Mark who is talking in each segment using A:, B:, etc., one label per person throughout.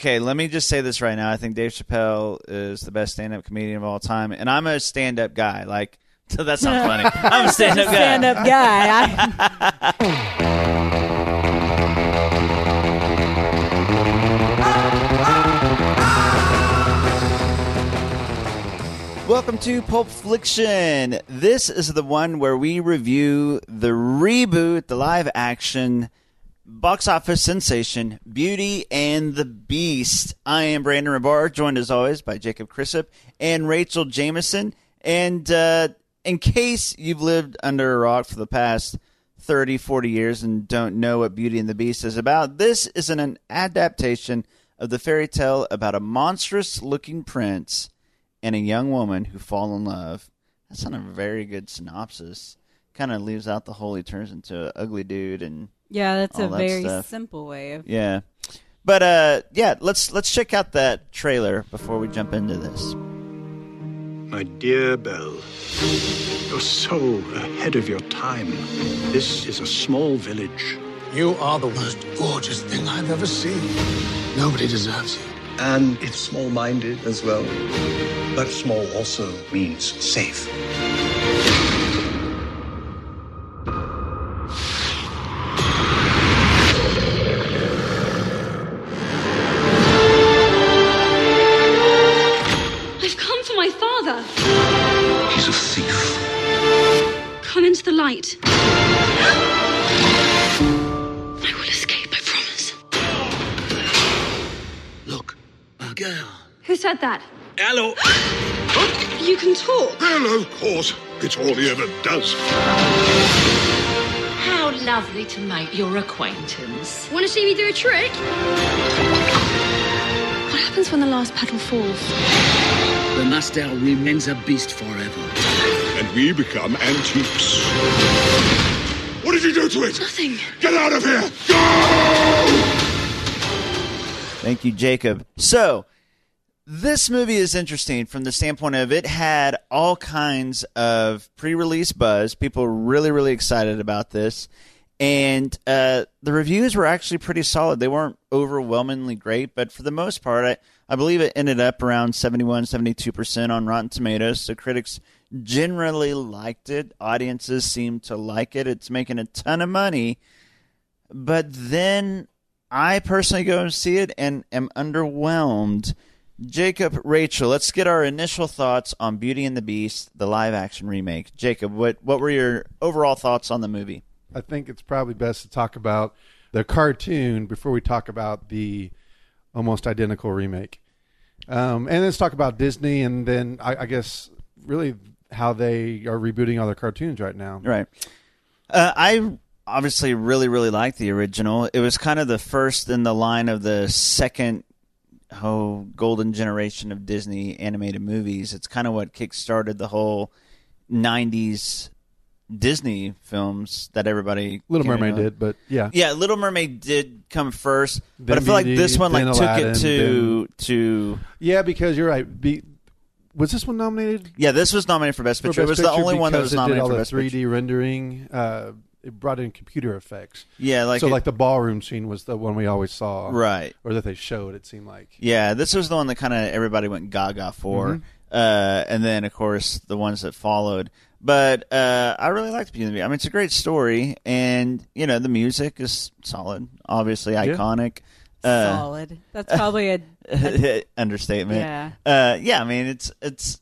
A: Okay, let me just say this right now. I think Dave Chappelle is the best stand-up comedian of all time, and I'm a stand-up guy. Like that's not funny. I'm a stand-up guy.
B: Stand up guy. I,
A: Welcome to Pulp Fiction. This is the one where we review the reboot, the live action box office sensation, Beauty and the Beast. I am Brandon Rabar, joined as always by Jacob Crissip and Rachel Jameson. And uh, in case you've lived under a rock for the past 30, 40 years and don't know what Beauty and the Beast is about, this is an adaptation of the fairy tale about a monstrous looking prince and a young woman who fall in love. That's not a very good synopsis. Kind of leaves out the whole he turns into an ugly dude and
B: yeah, that's a
A: All that
B: very
A: stuff.
B: simple way of.
A: yeah. But uh yeah, let's let's check out that trailer before we jump into this.
C: My dear Belle, you're so ahead of your time. This is a small village,
D: You are the most gorgeous thing I've ever seen. Nobody deserves you.
C: and it's small minded as well. But small also means safe.
E: I've come for my father.
C: He's a thief.
E: Come into the light. I will escape, I promise.
D: Look, a girl.
E: Who said that?
D: Hello.
E: You can talk.
D: Hello, of course. It's all he ever does.
F: How lovely to make your acquaintance.
E: Want to see me do a trick? What happens when the last petal falls?
G: The Mustang remains a beast forever.
D: And we become antiques. What did you do to it?
E: Nothing.
D: Get out of here! Go!
A: Thank you, Jacob. So, this movie is interesting from the standpoint of it had all kinds of pre release buzz. People were really, really excited about this. And uh, the reviews were actually pretty solid. They weren't overwhelmingly great, but for the most part, I, I believe it ended up around 71, 72% on Rotten Tomatoes. So critics generally liked it. Audiences seemed to like it. It's making a ton of money. But then I personally go and see it and am underwhelmed. Jacob, Rachel, let's get our initial thoughts on Beauty and the Beast, the live action remake. Jacob, what what were your overall thoughts on the movie?
H: I think it's probably best to talk about the cartoon before we talk about the almost identical remake. Um, and let's talk about Disney, and then I, I guess really how they are rebooting all their cartoons right now.
A: Right. Uh, I obviously really, really liked the original. It was kind of the first in the line of the second oh, golden generation of Disney animated movies. It's kind of what kickstarted the whole 90s Disney films that everybody.
H: Little
A: came to
H: Mermaid
A: know.
H: did, but yeah,
A: Yeah, Little Mermaid did come first, but
H: Then
A: I feel like
H: Beauty,
A: this one like
H: then
A: took
H: Aladdin,
A: it to to
H: yeah, because you're right. Be, was this one nominated?
A: yeah. This was nominated for Best
H: for
A: Picture. it
H: Best
A: was the
H: Picture
A: only one that
H: because
A: was
H: it did
A: nominated
H: all
A: for
H: the
A: Best
H: 3D
A: Picture.
H: rendering. Uh, it brought in computer effects.
A: Yeah, like
H: so,
A: it-
H: like the ballroom scene was the one we always saw,
A: right.
H: Or that they showed. It seemed like
A: Yeah, this was the one that kind of everybody went gaga for, uh, and then of course the ones that followed. But uh, I really liked Beauty and the Beast. I mean, it's a great story, and you know the music is solid, obviously iconic. Uh,
B: solid. That's probably a.
A: understatement.
B: Yeah.
A: Uh, yeah. I mean, it's it's.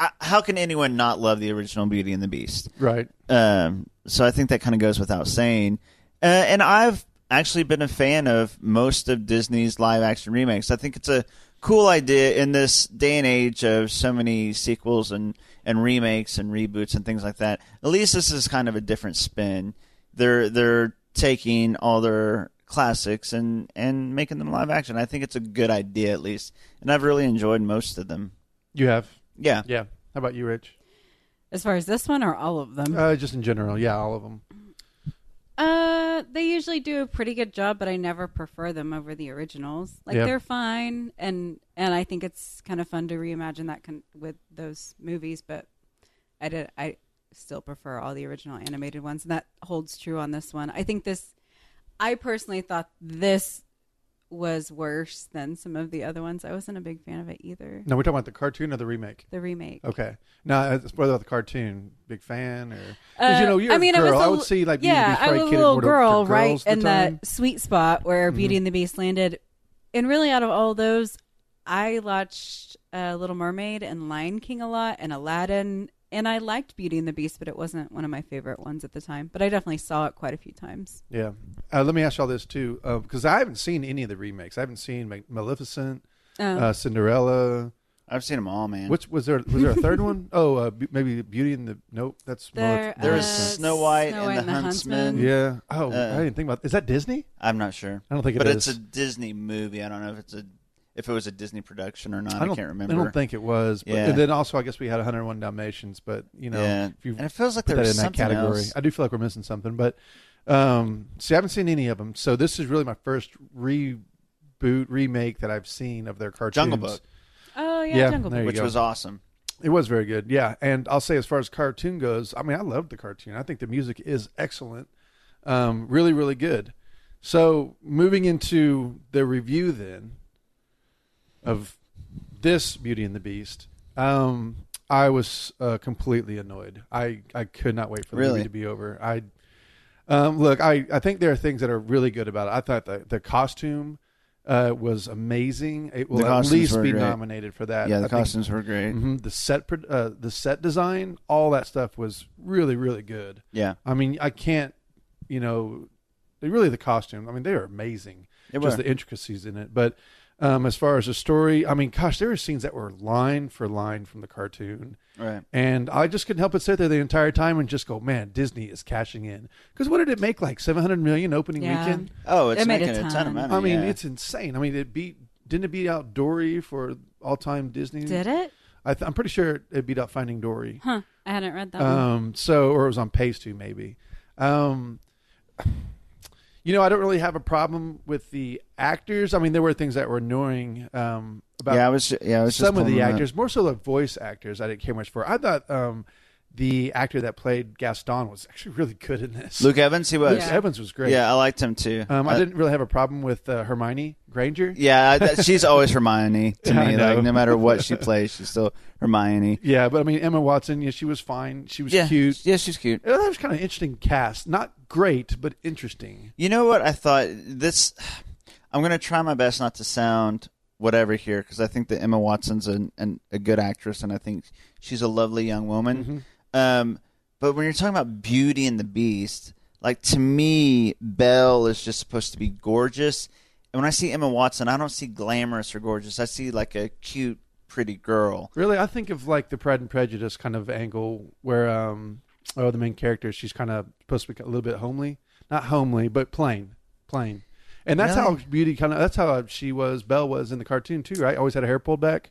A: h- How can anyone not love the original Beauty and the Beast?
H: right.
A: Um, so I think that kind of goes without saying. Uh, and I've actually been a fan of most of Disney's live action remakes. I think it's a cool idea in this day and age of so many sequels and, and remakes and reboots and things like that. At least this is kind of a different spin. They're they're taking all their classics and, and making them live action. I think it's a good idea at least. And I've really enjoyed most of them.
H: You have.
A: Yeah.
H: Yeah. How about you, Rich?
B: As far as this one or all of them,
H: Uh, just in general, yeah, all of them.
B: uh, they usually do a pretty good job, but I never prefer them over the originals. Like
H: Yeah.
B: they're fine, and and I think it's kind of fun to reimagine that con- with those movies. But I did I still prefer all the original animated ones, and that holds true on this one. I think this. I personally thought this was worse than some of the other ones. I wasn't a big fan of it either.
H: No, we're talking about the cartoon or the remake.
B: The remake.
H: Okay. Now, it's whether about the cartoon, big fan or 'cause,
B: Uh,
H: you know, you're
B: I mean,
H: a
B: I
H: girl.
B: was
H: I,
B: a
H: would
B: l-
H: see like Beauty and
B: yeah,
H: the
B: I
H: Fried
B: was a
H: Kid
B: little
H: would have-
B: girl
H: for
B: right
H: girls at
B: in
H: the time. Mm-hmm.
B: that sweet spot where Beauty and the Beast landed. And really, out of all those, I watched uh, Little Mermaid and Lion King a lot, and Aladdin. And I liked Beauty and the Beast, but it wasn't one of my favorite ones at the time. But I definitely saw it quite a few times.
H: Yeah. Uh, let me ask y'all this too, because I haven't seen any of the remakes. I haven't seen Ma- Maleficent,
B: Um,
H: uh, Cinderella.
A: I've seen them all, man.
H: Which was there? Was there a third one? Oh, uh, be- maybe Beauty and the Nope. That's
B: There-
H: Maleficent.
A: there was
B: Uh,
A: Snow White
B: Snow
A: and
B: White
A: the,
B: and the
A: Huntsman.
B: Huntsman.
H: Yeah. Oh,
A: Uh,
H: I didn't think about. Is that Disney?
A: I'm not sure.
H: I don't think it
A: but
H: is.
A: it's a Disney movie. I don't know if it's a if it was a Disney production or not. I,
H: don't,
A: can't remember.
H: I don't think it was. But,
A: Yeah.
H: And then also, I guess we had 101 Dalmatians, but you know,
A: yeah,
H: if you
A: and it feels like
H: put
A: there
H: that
A: was
H: in that
A: something
H: category,
A: else.
H: I do feel like we're missing something. But um, see, I haven't seen any of them, so this is really my first reboot remake that I've seen of their cartoons.
A: Jungle Book,
B: oh yeah,
H: yeah,
B: Jungle
H: there
B: Book.
H: you
A: which
H: go.
A: was awesome.
H: It was very good, yeah. And I'll say, as far as cartoon goes, I mean, I loved the cartoon. I think the music is excellent, um, really, really good. So, moving into the review then of this Beauty and the Beast, um, I was uh, completely annoyed. I I could not wait for the
A: Really?
H: movie to be over. I um, look, I, I think there are things that are really good about it. I thought the, the costume uh, was amazing. It will at
A: costumes
H: least
A: were
H: be
A: great.
H: nominated for that.
A: Yeah, the
H: I think-
A: costumes were great.
H: Mhm. The set, pro- uh, the set design, all that stuff was really, really good.
A: Yeah,
H: I mean, I can't, you know, really the costume. I mean, they are amazing.
A: They
H: just
A: were.
H: the intricacies in it. But um, as far as the story, I mean, gosh, there were scenes that were line for line from the cartoon.
A: right.
H: And I just couldn't help but sit there the entire time and just go, man, Disney is cashing in. Because what did it make? Like 700 million opening
B: Yeah.
H: weekend?
A: Oh,
B: They
A: it's
B: made a
A: making a ton. of
B: ton.
A: money.
H: I mean,
A: yeah.
H: it's insane. I mean, it beat, didn't it beat out Dory for all time Disney?
B: Did it?
H: I th- I'm pretty sure it beat out Finding Dory.
B: Huh? I hadn't read that. one.
H: Um, so, or it was on pace two maybe. Um, you know, I don't really have a problem with the actors. I mean, there were things that were annoying um, about
A: yeah, I was. Yeah, I was just
H: some of
A: pulling
H: the
A: them up.
H: actors, more so the voice actors. I didn't care much for. I thought um, the actor that played Gaston was actually really good in this.
A: Luke Evans, he was.
H: Luke Evans was great.
A: Yeah, I liked him too.
H: Um, I
A: Uh,
H: didn't really have a problem with uh, Hermione Granger.
A: Yeah, I- that, she's always Hermione to
H: Yeah, I
A: me. Like
H: know.
A: no matter what she plays, she's still Hermione.
H: Yeah, but I mean Emma Watson. Yeah, she was fine. She was
A: yeah,
H: cute.
A: Yeah, she's cute.
H: Uh, That was kind of an interesting cast. Not great, but interesting.
A: You know what I thought? This, I'm gonna try my best not to sound whatever here because I think that Emma Watson's an, an, a good actress and I think she's a lovely young woman. Um, but when you're talking about Beauty and the Beast, like to me, Belle is just supposed to be gorgeous. And when I see Emma Watson, I don't see glamorous or gorgeous. I see like a cute, pretty girl.
H: Really, I think of like the Pride and Prejudice kind of angle where, um, oh, the main character, she's kind of supposed to be a little bit homely, not homely, but plain, plain. And that's
A: Really?
H: how beauty kind of, that's how she was, Belle was in the cartoon too, right? Always had her hair pulled back.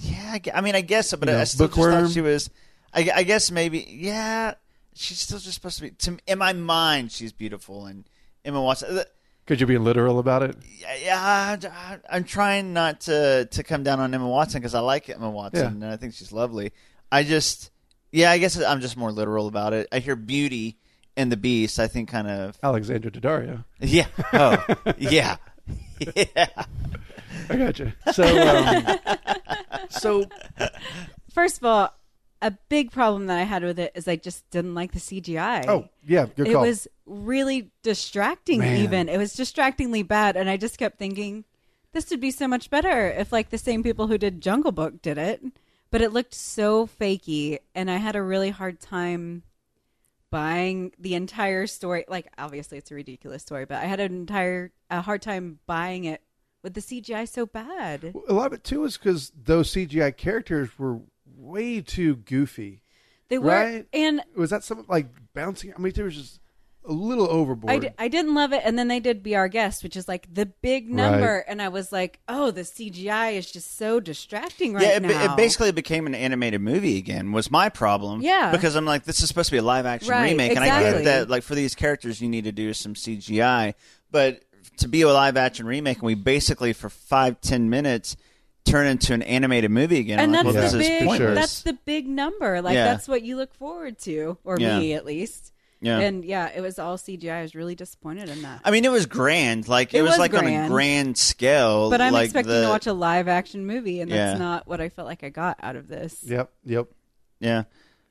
A: Yeah, I, gue- I mean, I guess so, but
H: You
A: I,
H: know,
A: I still just
H: bookworm.
A: thought she was. I, gue- I guess maybe, yeah, she's still just supposed to be. To, in my mind, she's beautiful, and Emma Watson. uh,
H: Could you be literal about it?
A: Yeah, yeah, I- I, I'm trying not to to come down on Emma Watson because I like Emma Watson
H: Yeah.
A: and I think she's lovely. I just, yeah, I guess I'm just more literal about it. I hear beauty and the beast. I think kind of,
H: Alexandra Daddario.
A: yeah, oh, yeah, yeah.
H: I gotcha. So, um, so
B: First of all, a big problem that I had with it is I just didn't like the CGI.
H: oh yeah, good
B: it
H: call.
B: was really distracting
H: Man.
B: even it was distractingly bad and i just kept thinking this would be so much better if like the same people who did jungle book did it but it looked so fakey and i had a really hard time buying the entire story like obviously it's a ridiculous story but i had an entire a hard time buying it with the cgi so bad
H: a lot of it too is because those CGI characters were way too goofy.
B: they were
H: Right.
B: and
H: was that something like bouncing? I mean, there was just a little overboard.
B: I, d- I didn't love it. And then they did Be Our Guest, which is like the big number. And I was like, oh, the CGI is just so distracting right
A: yeah, it, ba-
B: now.
A: it basically became an animated movie again. Was my problem?
B: Yeah.
A: because I'm like, this is supposed to be a live action
B: Right,
A: remake, and I get
B: exactly.
A: that. Like for these characters, you need to do some CGI, but to be a live action remake, and we basically for five ten minutes turn into an animated movie again.
B: and
A: I'm
B: that's
A: like, well,
B: the
A: this is
B: big
A: pointless.
B: that's the big number. Like
A: Yeah.
B: that's what you look forward to, or
A: Yeah.
B: me at least.
A: Yeah.
B: And yeah, it was all CGI. I was really disappointed in that.
A: I mean, it was grand. Like it,
B: It
A: was,
B: was
A: like on a
B: grand.
A: grand scale.
B: But I'm
A: like
B: expecting
A: the-
B: to watch a live action movie, and
A: Yeah.
B: that's not what I felt like I got out of this.
H: Yep, yep.
A: Yeah,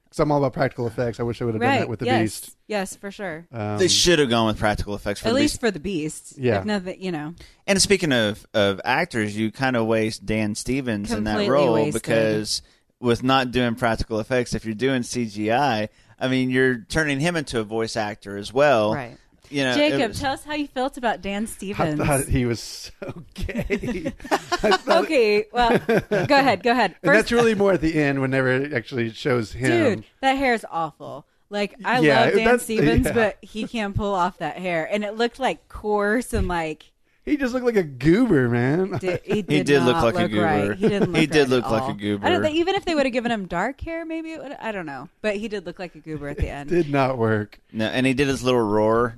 H: Because I'm all about practical effects. I wish I would have done that with the
B: yes.
H: Beast.
B: Yes, for sure.
H: Um,
A: they should have gone with practical effects for
B: At
A: the
B: least
A: Beast.
B: for the beast.
H: Yeah.
B: If nothing, you know.
A: And speaking of of actors, you kind of waste Dan Stevens in
B: Completely
A: that role
B: wasted.
A: because with not doing practical effects, if you're doing CGI, I mean, you're turning him into a voice actor as well.
B: Right.
A: You know, it
B: Jacob,
A: was-
B: tell us how you felt about Dan
H: I
B: Stevens.
H: thought he was so gay.
B: okay, well, go ahead, go ahead.
H: and that's
B: First,
H: really more at the end whenever it actually shows him.
B: dude, that hair is awful. Like I
H: Yeah,
B: love Dan
H: that's-
B: Stevens,
H: yeah.
B: but he can't pull off that hair, and it looked like coarse and like
H: He just looked like a goober, man.
B: di- he did,
A: did look
B: not
A: like a goober.
B: Right. He didn't. Look
A: He did
B: right
A: look
B: at
A: like a
B: all.
A: goober.
B: I don't, think- even if they would have given him dark hair, maybe it would. I don't know, but he did look like a goober at the end.
H: Did not work.
A: no, and he did his little roar.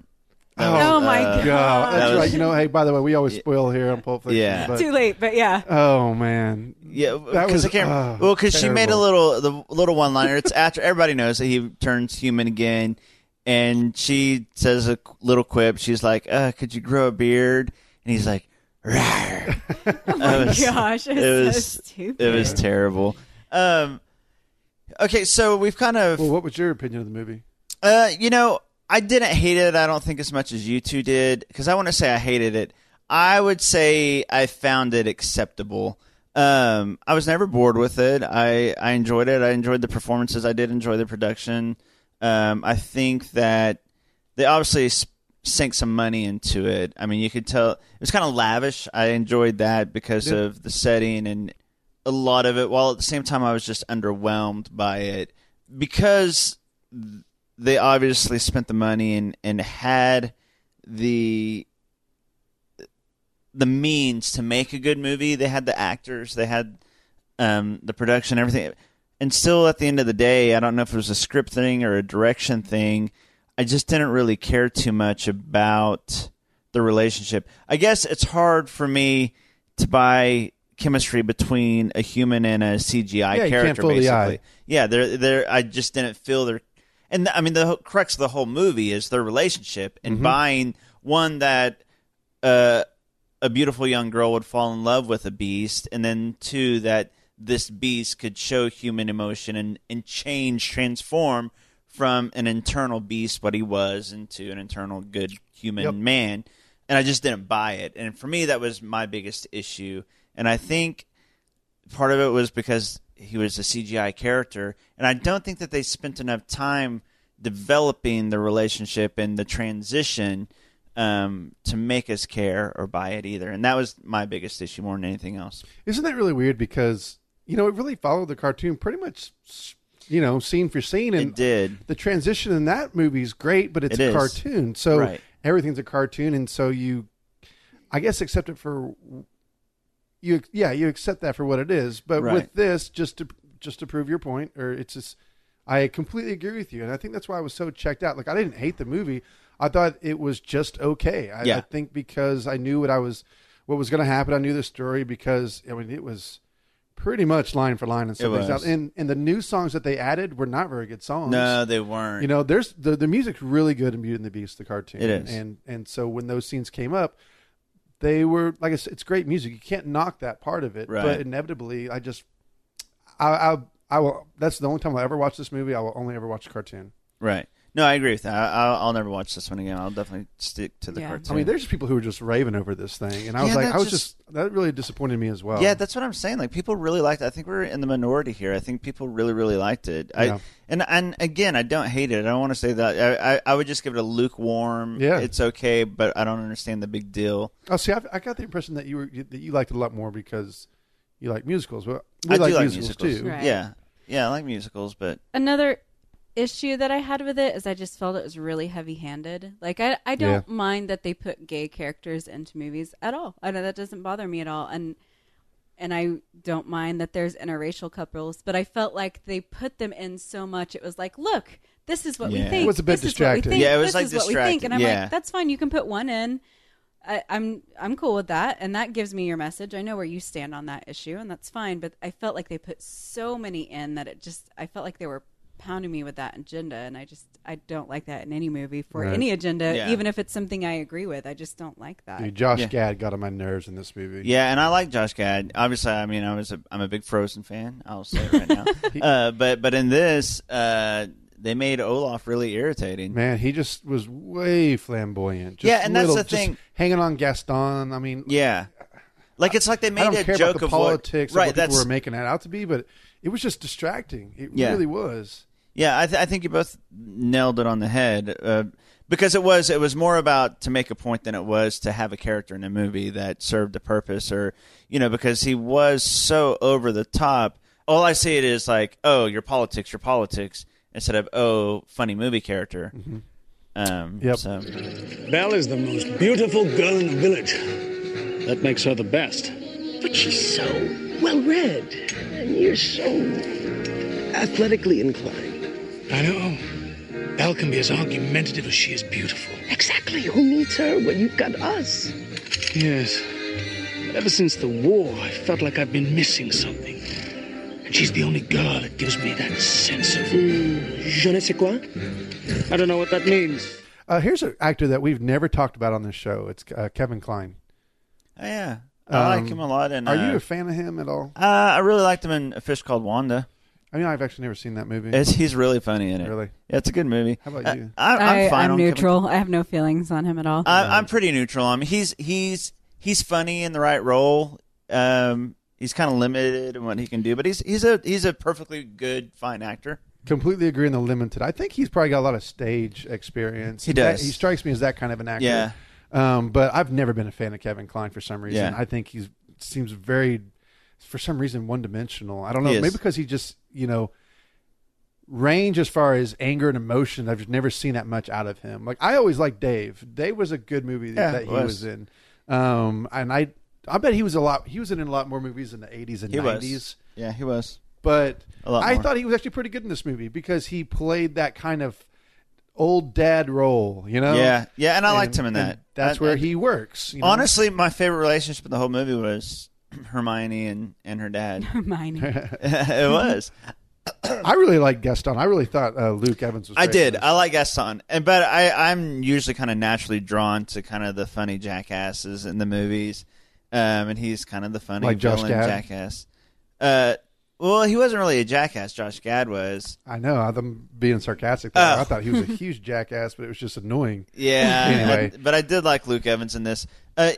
A: That was,
B: Oh, my
A: uh,
B: God.
H: God, that's
A: That was-
H: right. You know, hey, by the way, we always spoil here on Pulp Fiction.
A: Yeah.
H: but-
B: Too late, but yeah.
H: oh man,
A: Yeah,
H: That
A: because
H: was,
A: I can't.
H: oh,
A: well, because she made a
H: terrible.
A: little the little one liner. It's after everybody knows that he turns human again, and she says a qu- little quip. She's like, uh, "Could you grow a beard?" And he's like, "Rawr." oh my
B: gosh, it's so stupid.
A: It was terrible. Um, okay, so we've kind of
H: Well, what was your opinion of the movie?
A: uh, you know, I didn't hate it. I don't think as much as you two did, because I want to say I hated it. I would say I found it acceptable. Um, I was never bored with it. I I enjoyed it. I enjoyed the performances. I did enjoy the production. Um, I think that they obviously s- sank some money into it. I mean, you could tell it was kind of lavish. I enjoyed that because of the setting and a lot of it. While at the same time, I was just underwhelmed by it because they obviously spent the money and, and had the the means to make a good movie. They had the actors, they had um, the production, everything. And still, at the end of the day, I don't know if it was a script thing or a direction thing. I just didn't really care too much about the relationship. I guess it's hard for me to buy chemistry between a human and a CGI
H: Yeah, you
A: character.
H: can't fool the
A: basically,
H: eye.
A: yeah, they're they're. I just didn't feel their. And I mean, the whole- crux of the whole movie is their relationship and
H: Mm-hmm.
A: buying one that uh, a beautiful young girl would fall in love with a beast, and then two that this beast could show human emotion and and change, transform from an internal beast what he was into an internal good human
H: Yep.
A: man. And I just didn't buy it. And for me, that was my biggest issue. And I think part of it was because he was a CGI character, and I don't think that they spent enough time developing the relationship and the transition um, to make us care or buy it either. And that was my biggest issue more than anything else.
H: Isn't that really weird? Because you know, it really followed the cartoon pretty much, you know, scene for scene, and
A: it did.
H: the transition in that movie is great, but it's
A: It
H: a
A: is.
H: cartoon, so
A: Right.
H: everything's a cartoon, and so you, I guess, accept it for you. Yeah, you accept that for what it is. But
A: Right.
H: with this, just to just to prove your point, or it's just, I completely agree with you, and I think that's why I was so checked out. Like I didn't hate the movie; I thought it was just okay. I,
A: Yeah.
H: I think because I knew what I was, what was going to happen. I knew the story because I mean it was. Pretty much line for line and stuff.
A: was.
H: And and the new songs that they added were not very good songs.
A: No, they weren't.
H: Oh, You know, there's the, the music's really good in Beauty and the Beast, the cartoon.
A: It is.
H: and and so when those scenes came up, they were like I said, it's great music. You can't knock that part of it,
A: Right.
H: but inevitably, I just, I, I, I will. That's the only time I ever watch this movie. I will only ever watch the cartoon.
A: right. No, I agree with that. I, I'll, I'll never watch this one again. I'll definitely stick to the
B: Yeah.
A: cartoon.
H: I mean, there's just people who are just raving over this thing, and I was
A: Yeah,
H: like,
A: that
H: I was
A: just-
H: just, that really disappointed me as well.
A: Yeah, that's what I'm saying. Like people really liked. It. I think we're in the minority here. I think people really, really liked it. I
H: Yeah.
A: and and again, I don't hate it. I don't want to say that. I, I I would just give it a lukewarm.
H: Yeah.
A: it's okay, but I don't understand the big deal.
H: Oh, see, I've, I got the impression that you were that you liked it a lot more because you like musicals. Well, we
A: I
H: like,
A: do like
H: musicals,
A: musicals
H: too.
B: Right.
A: Yeah, yeah, I like musicals, but
B: another issue that I had with it is I just felt it was really heavy handed. Like I, I don't mind that they put gay characters into movies at all. I know that doesn't bother me at all. And and I don't mind that there's interracial couples, but I felt like they put them in so much it was like, look, this is what
A: Yeah.
B: we
A: It
B: think.
H: was a bit
B: this is what we
H: distracting.
B: think,
A: Yeah, it was,
B: this
A: like,
B: is what we think. And I'm
A: distracting. Yeah.
B: like, that's fine, you can put one in. I, I'm I'm cool with that, and that gives me your message. I know where you stand on that issue, and that's fine. But I felt like they put so many in that it just I felt like they were pounding me with that agenda, and I just I don't like that in any movie for
H: Right.
B: any agenda,
A: Yeah.
B: even if it's something I agree with. I just don't like that.
H: Dude, Josh
A: Yeah.
H: Gad got on my nerves in this movie.
A: Yeah, and I like Josh Gad. Obviously, I mean, I was a, I'm a big Frozen fan. I'll say it right now. uh, but but in this, uh, they made Olaf really irritating.
H: Man, he just was way flamboyant. Just
A: Yeah, and that's the
H: little- just
A: thing.
H: Hanging on Gaston. I mean,
A: Yeah, like it's like they made
H: I don't
A: a
H: care
A: joke
H: about the
A: of
H: politics
A: what,
H: right,
A: right?
H: what people were making that out to be, but it was just distracting. It
A: Yeah.
H: really was.
A: Yeah, I, th- I think you both nailed it on the head uh, because it was it was more about to make a point than it was to have a character in a movie that served a purpose or you know because he was so over the top. All I see it is like, oh, your politics, your politics, instead of oh, funny movie character. Um,
H: Mm-hmm. Yep.
A: So
I: Belle is the most beautiful girl in the village. That makes her the best. But she's so well read, and you're so athletically inclined. I know. Belle can be as argumentative as she is beautiful. Exactly. Who needs her when you've got us? Yes. Ever since the war, I felt like I've been missing something. And she's the only girl that gives me that sense of. Hmm. je ne sais quoi? I don't know what that means.
H: Uh, here's an actor that we've never talked about on this show. It's uh, Kevin Klein.
A: oh, yeah, I like him a lot. And
H: Um, Are
A: uh,
H: you a fan of him at all?
A: uh, I really liked him in A Fish Called Wanda.
H: I mean, I've actually never seen that movie.
A: It's, he's really funny in it.
H: Really?
A: yeah, it's a good movie.
H: How about
A: Uh,
H: you?
A: I, I'm
B: I,
A: fine.
B: I'm
A: on Kevin
B: neutral. I have no feelings on him at all.
A: I, I'm pretty neutral. I mean, he's he's he's funny in the right role. Um, he's kind of limited in what he can do, but he's he's a he's a perfectly good fine actor.
H: Completely agree on the limited. I think he's probably got a lot of stage experience.
A: He
H: In fact,
A: does.
H: He strikes me as that kind of an actor.
A: Yeah.
H: Um, but I've never been a fan of Kevin Klein for some reason.
A: Yeah.
H: I think he seems very, for some reason, one dimensional. I don't know.
A: He is.
H: Maybe because he just, you know, range as far as anger and emotion, I've just never seen that much out of him. Like, I always liked Dave. Dave was a good movie
A: Yeah,
H: that
A: it
H: he
A: was.
H: was. in. Um, and I, I bet he was a lot, he was in a lot more movies in the 80s and
A: He
H: 90s
A: was. Yeah, he was.
H: but
A: A lot
H: I
A: more.
H: thought he was actually pretty good in this movie because he played that kind of old dad role, you know?
A: Yeah, yeah, and I liked him in
H: and
A: that.
H: That's
A: I-
H: where
A: I-
H: he works. You know?
A: Honestly, my favorite relationship in the whole movie was Hermione and and her dad.
B: Hermione.
A: it was.
H: I really liked Gaston. I really thought uh, Luke Evans was.
A: I
H: great
A: did.
H: in this.
A: I like Gaston, and but I I'm usually kind of naturally drawn to kind of the funny jackasses in the movies, um, and he's kind of the funny
H: Like Josh
A: villain
H: Gad?
A: jackass. Uh, well, he wasn't really a jackass. Josh Gad was.
H: I know. I'm being sarcastic. There.
A: Oh.
H: I thought he was a huge jackass, but it was just annoying.
A: Yeah.
H: Anyway.
A: I- but I did like Luke Evans in this. Uh,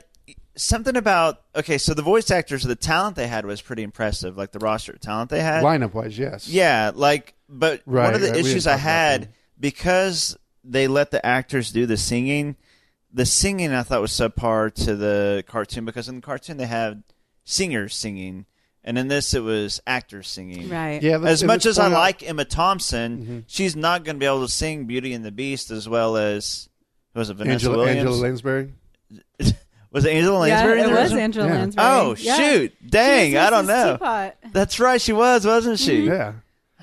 A: something about okay, so the voice actors, the talent they had was pretty impressive. Like the roster of talent they had.
H: Lineup wise, yes.
A: Uh, Yeah, like, but one
H: Right,
A: of the
H: right, we
A: issues
H: didn't
A: I
H: talk about
A: had
H: that.
A: because they let the actors do the singing, the singing I thought was subpar to the cartoon because in the cartoon they had singers singing, and in this it was actors singing.
B: right.
H: Yeah.
A: As
H: let's-
A: much
H: let's
A: as I
H: point out-
A: like Emma Thompson,
H: Mm-hmm.
A: she's not going to be able to sing Beauty and the Beast as well as who was it Vanessa
H: Angela,
A: Williams?
H: Angela Lansbury.
A: was it Angela
B: Yeah,
A: Lansbury? in
B: it
A: there?
B: was Angela
H: Yeah.
B: Lansbury.
A: Oh
B: Yeah.
A: shoot!
B: She
A: Dang,
B: was
A: I don't
B: Mrs.
A: know.
B: Teapot. Mm-hmm.
A: That's right, she was, wasn't she?
H: Yeah.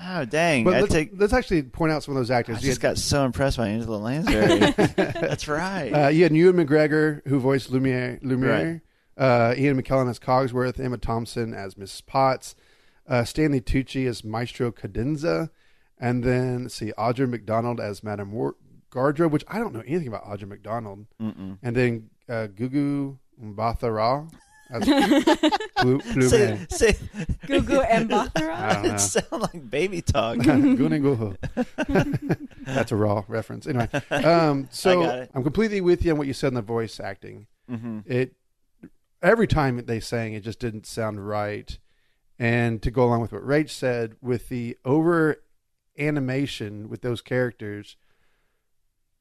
A: Oh dang!
H: But
A: I
H: let's,
A: take
H: let's actually point out some of those actors.
A: I
H: You
A: just
H: had-
A: got so impressed by Angela Lansbury. That's right.
H: Uh, you had Ewan McGregor, who voiced Lumiere, Lumiere. Uh, Ian McKellen as Cogsworth, Emma Thompson as Mrs. Potts, uh, Stanley Tucci as Maestro Cadenza, and then let's see Audra McDonald as Madame War- Gardra, which I don't know anything about Audra McDonald, and then uh, Gugu Mbatha-Raw as Plu-
A: say,
H: Plume.
A: say,
B: Gugu and Bothra.
H: I don't know.
A: it sound like baby talk.
H: Gununguhu. That's a raw reference. Anyway, um,
A: I
H: so
A: got it. Mm-hmm.
H: I'm completely with you on what you said in the voice acting. It every time that they sang, it just didn't sound right. And to go along with what Rach said, with the over animation with those characters,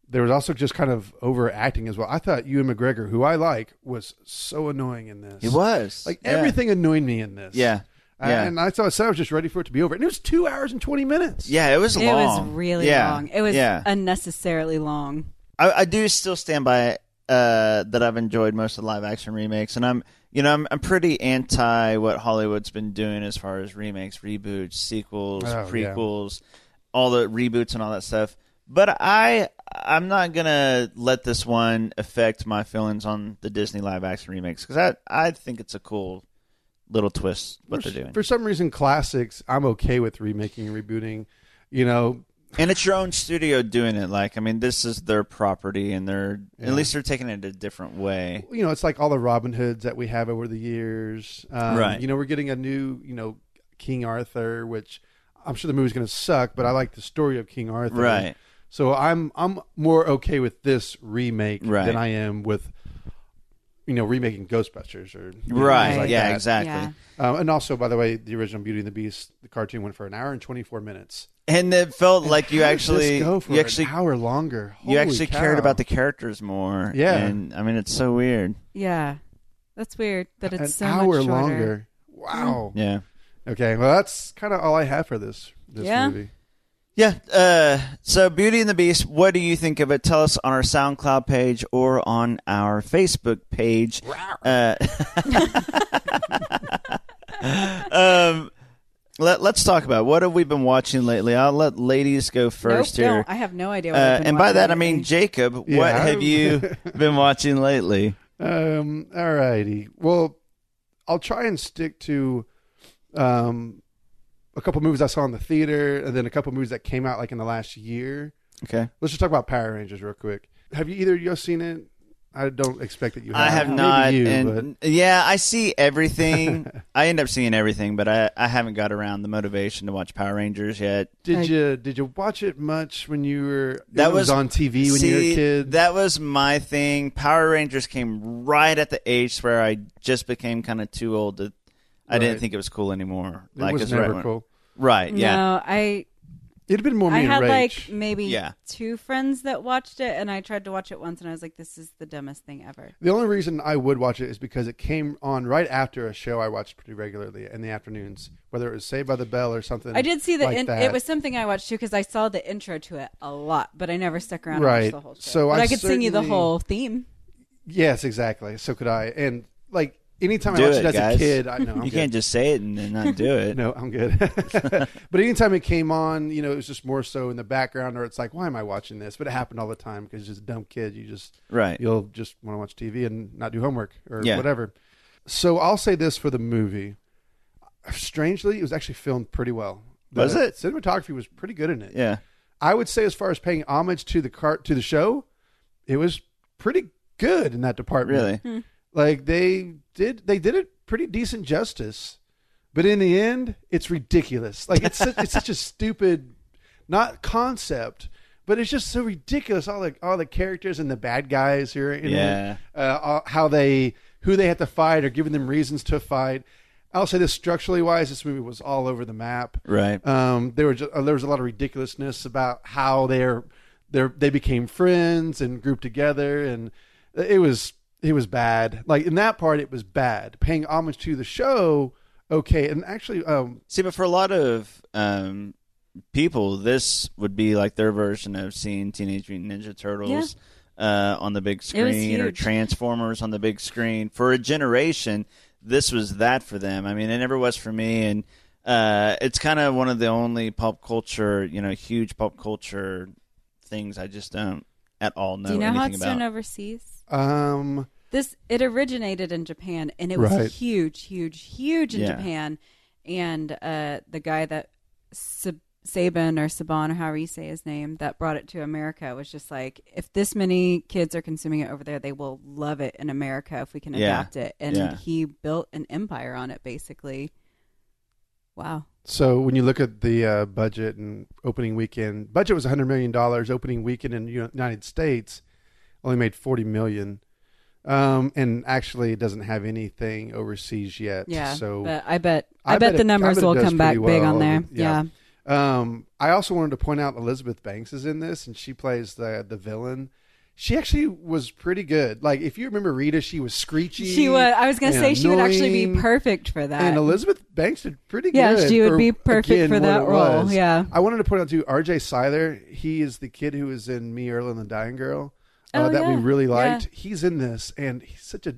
H: there was also just kind of overacting as well. I thought Ewan McGregor, who I like, was so annoying in this.
A: It was
H: like
A: Yeah.
H: everything annoyed me in this. Uh,
A: Yeah, yeah,
H: And I thought so I was just ready for it to be over. And it was two hours and twenty minutes.
A: yeah. It was
B: It was
A: long.
B: really
A: Yeah.
B: long. It was
A: Yeah,
B: unnecessarily long.
A: I, I do still stand by uh, that. I've enjoyed most of the live action remakes, and I'm you know I'm I'm pretty anti what Hollywood's been doing as far as remakes, reboots, sequels,
H: Oh, yeah.
A: prequels, all the reboots and all that stuff. But I I'm not gonna let this one affect my feelings on the Disney live action remakes because I I think it's a cool little twist what
H: for,
A: they're doing.
H: for some reason, classics I'm okay with remaking and rebooting. you know,
A: And it's your own studio doing it. Like, I mean, this is their property, and they're at least they're taking it a different way.
H: you know, it's like all the Robin Hoods that we have over the years. Um,
A: Right.
H: You know, we're getting a new, you know, King Arthur, which I'm sure the movie's going to suck, but I like the story of King Arthur.
A: Right.
H: So I'm I'm more okay with this remake
A: Right.
H: than I am with, you know, remaking Ghostbusters or you know, things
A: Right.
H: like
A: yeah.
H: that.
A: Exactly.
B: Yeah.
H: Um, and also, by the way, the original Beauty and the Beast, the cartoon went for an hour and 24 minutes.
A: And it felt like you
H: How did
A: actually,
H: this go for
A: you actually,
H: an hour longer.
A: you
H: Holy
A: actually
H: cow.
A: cared about the characters more.
H: Yeah.
A: And I mean, it's so weird.
B: Yeah. That's weird that it's
H: an
B: so
H: hour
B: much shorter.
H: longer. Wow.
A: Yeah.
H: Okay, well, that's kind of all I have for this this
B: Yeah.
H: movie.
A: Yeah. Uh, so, Beauty and the Beast, what do you think of it? Tell us on our SoundCloud page or on our Facebook page. Uh, um, let, us talk about it. what have we been watching lately. I'll let ladies go first
B: nope,
A: here.
B: No, I have no idea. What I've
A: uh,
B: been
A: and by
B: watching
A: that, I mean
B: lately.
A: Jacob. What
H: Yeah.
A: have you been watching lately?
H: Um, all righty. Well, I'll try and stick to um, a couple movies I saw in the theater, and then a couple movies that came out like in the last year.
A: Okay,
H: Let's just talk about Power Rangers real quick. Have you either of you seen it? I don't expect that you. Have.
A: I have
H: Maybe
A: not.
H: You,
A: and yeah, I see everything. I end up seeing everything, but I, I haven't got around the motivation to watch Power Rangers yet.
H: but did
B: I-
H: you did you watch it much when you were?
A: That
H: it was,
A: was-
H: on TV when you were
A: See,
H: a kid.
A: That was my thing. Power Rangers came right at the age where I just became kind of too old to. I
H: Right.
A: didn't think it was cool anymore.
H: it was
A: it's
H: never
A: right when-
H: cool.
A: Right? Yeah.
B: No, I
H: It'd been more me
B: I
H: and
B: had
H: Rach.
B: like maybe
A: Yeah.
B: two friends that watched it, and I tried to watch it once, and I was like, "This is the dumbest thing ever."
H: The only reason I would watch it is because it came on right after a show I watched pretty regularly in the afternoons, whether it was Saved by the Bell or something.
B: I did see the
H: like
B: in,
H: that.
B: it was something I watched too because I saw the intro to it a lot, but I never stuck around and
H: Right.
B: watched the whole show.
H: So
B: but
H: I
B: I, could sing you the
H: certainly-
B: whole theme.
H: yes, exactly. So could I, and like anytime
A: Do
H: I watched it,
A: it,
H: as
A: guys.
H: a kid, I know
A: you can't just say it and then not do it.
H: No, I'm good. but anytime it came on, you know, it was just more so in the background, or it's like, why am I watching this? But it happened all the time because just a dumb kid, you just
A: Right.
H: you'll just want to watch TV and not do homework or
A: Yeah.
H: whatever. So I'll say this for the movie. Strangely, it was actually filmed pretty well. The
A: Was it?
H: Cinematography was pretty good in it.
A: Yeah.
H: I would say as far as paying homage to the cart to the show, it was pretty good in that department.
A: Really?
H: Like they did they did it pretty decent justice. But in the end, it's ridiculous. Like it's such, it's such a stupid not concept, but it's just so ridiculous all the all the characters and the bad guys here in
A: Yeah.
H: it, uh, all- how they who they have to fight or giving them reasons to fight. I'll say this structurally wise, this movie was all over the map.
A: Right.
H: Um, there was uh, there was a lot of ridiculousness about how they're they they became friends and grouped together, and it was it was bad. Like in that part, it was bad. Paying homage to the show, okay, and actually, um,
A: See, but for a lot of um, people, this would be like their version of seeing Teenage Mutant Ninja Turtles uh, on the big screen or
B: huge.
A: Transformers on the big screen. For a generation, this was that for them. I mean, it never was for me, and uh, it's kind of one of the only pop culture, you know, huge pop culture things I just don't at all know
B: Do you know how
A: anything
B: it's
A: about.
B: done overseas?
H: um,
B: This it originated in Japan, and it
H: Right.
B: was huge, huge, huge in
A: Yeah.
B: Japan. And uh, the guy that Sab- Saban or Saban or however you say his name that brought it to America was just like, if this many kids are consuming it over there, they will love it in America if we can
A: Yeah.
B: adapt it. And
A: Yeah.
B: he built an empire on it, basically. Wow.
H: So when you look at the uh, budget and opening weekend, budget was 100 million dollars. Opening weekend in the United States only made 40 million, um, and actually it doesn't have anything overseas yet.
B: Yeah.
H: So
B: but I bet I,
H: I
B: bet,
H: bet
B: the
H: it- I
B: numbers
H: bet it
B: will
H: does
B: come back
H: pretty
B: big
H: well.
B: on there.
H: Yeah.
B: Yeah.
H: Um, I also wanted to point out Elizabeth Banks is in this, and she plays the the villain. She actually was pretty good. Like if you remember Rita, she was screechy.
B: She was. I was gonna
H: and
B: say she would actually be
H: annoying.
B: perfect for that.
H: And Elizabeth Banks did pretty
B: Yeah,
H: good.
B: she would
H: for,
B: be perfect
H: again,
B: for
H: what
B: that
H: it
B: role,
H: was.
B: yeah.
H: I wanted to point out too, R.J. Seiler. He is the kid who was in Me, Earl and the Dying Girl uh,
B: Oh,
H: that we
B: yeah.
H: really
B: Yeah.
H: liked. He's in this, and he's such a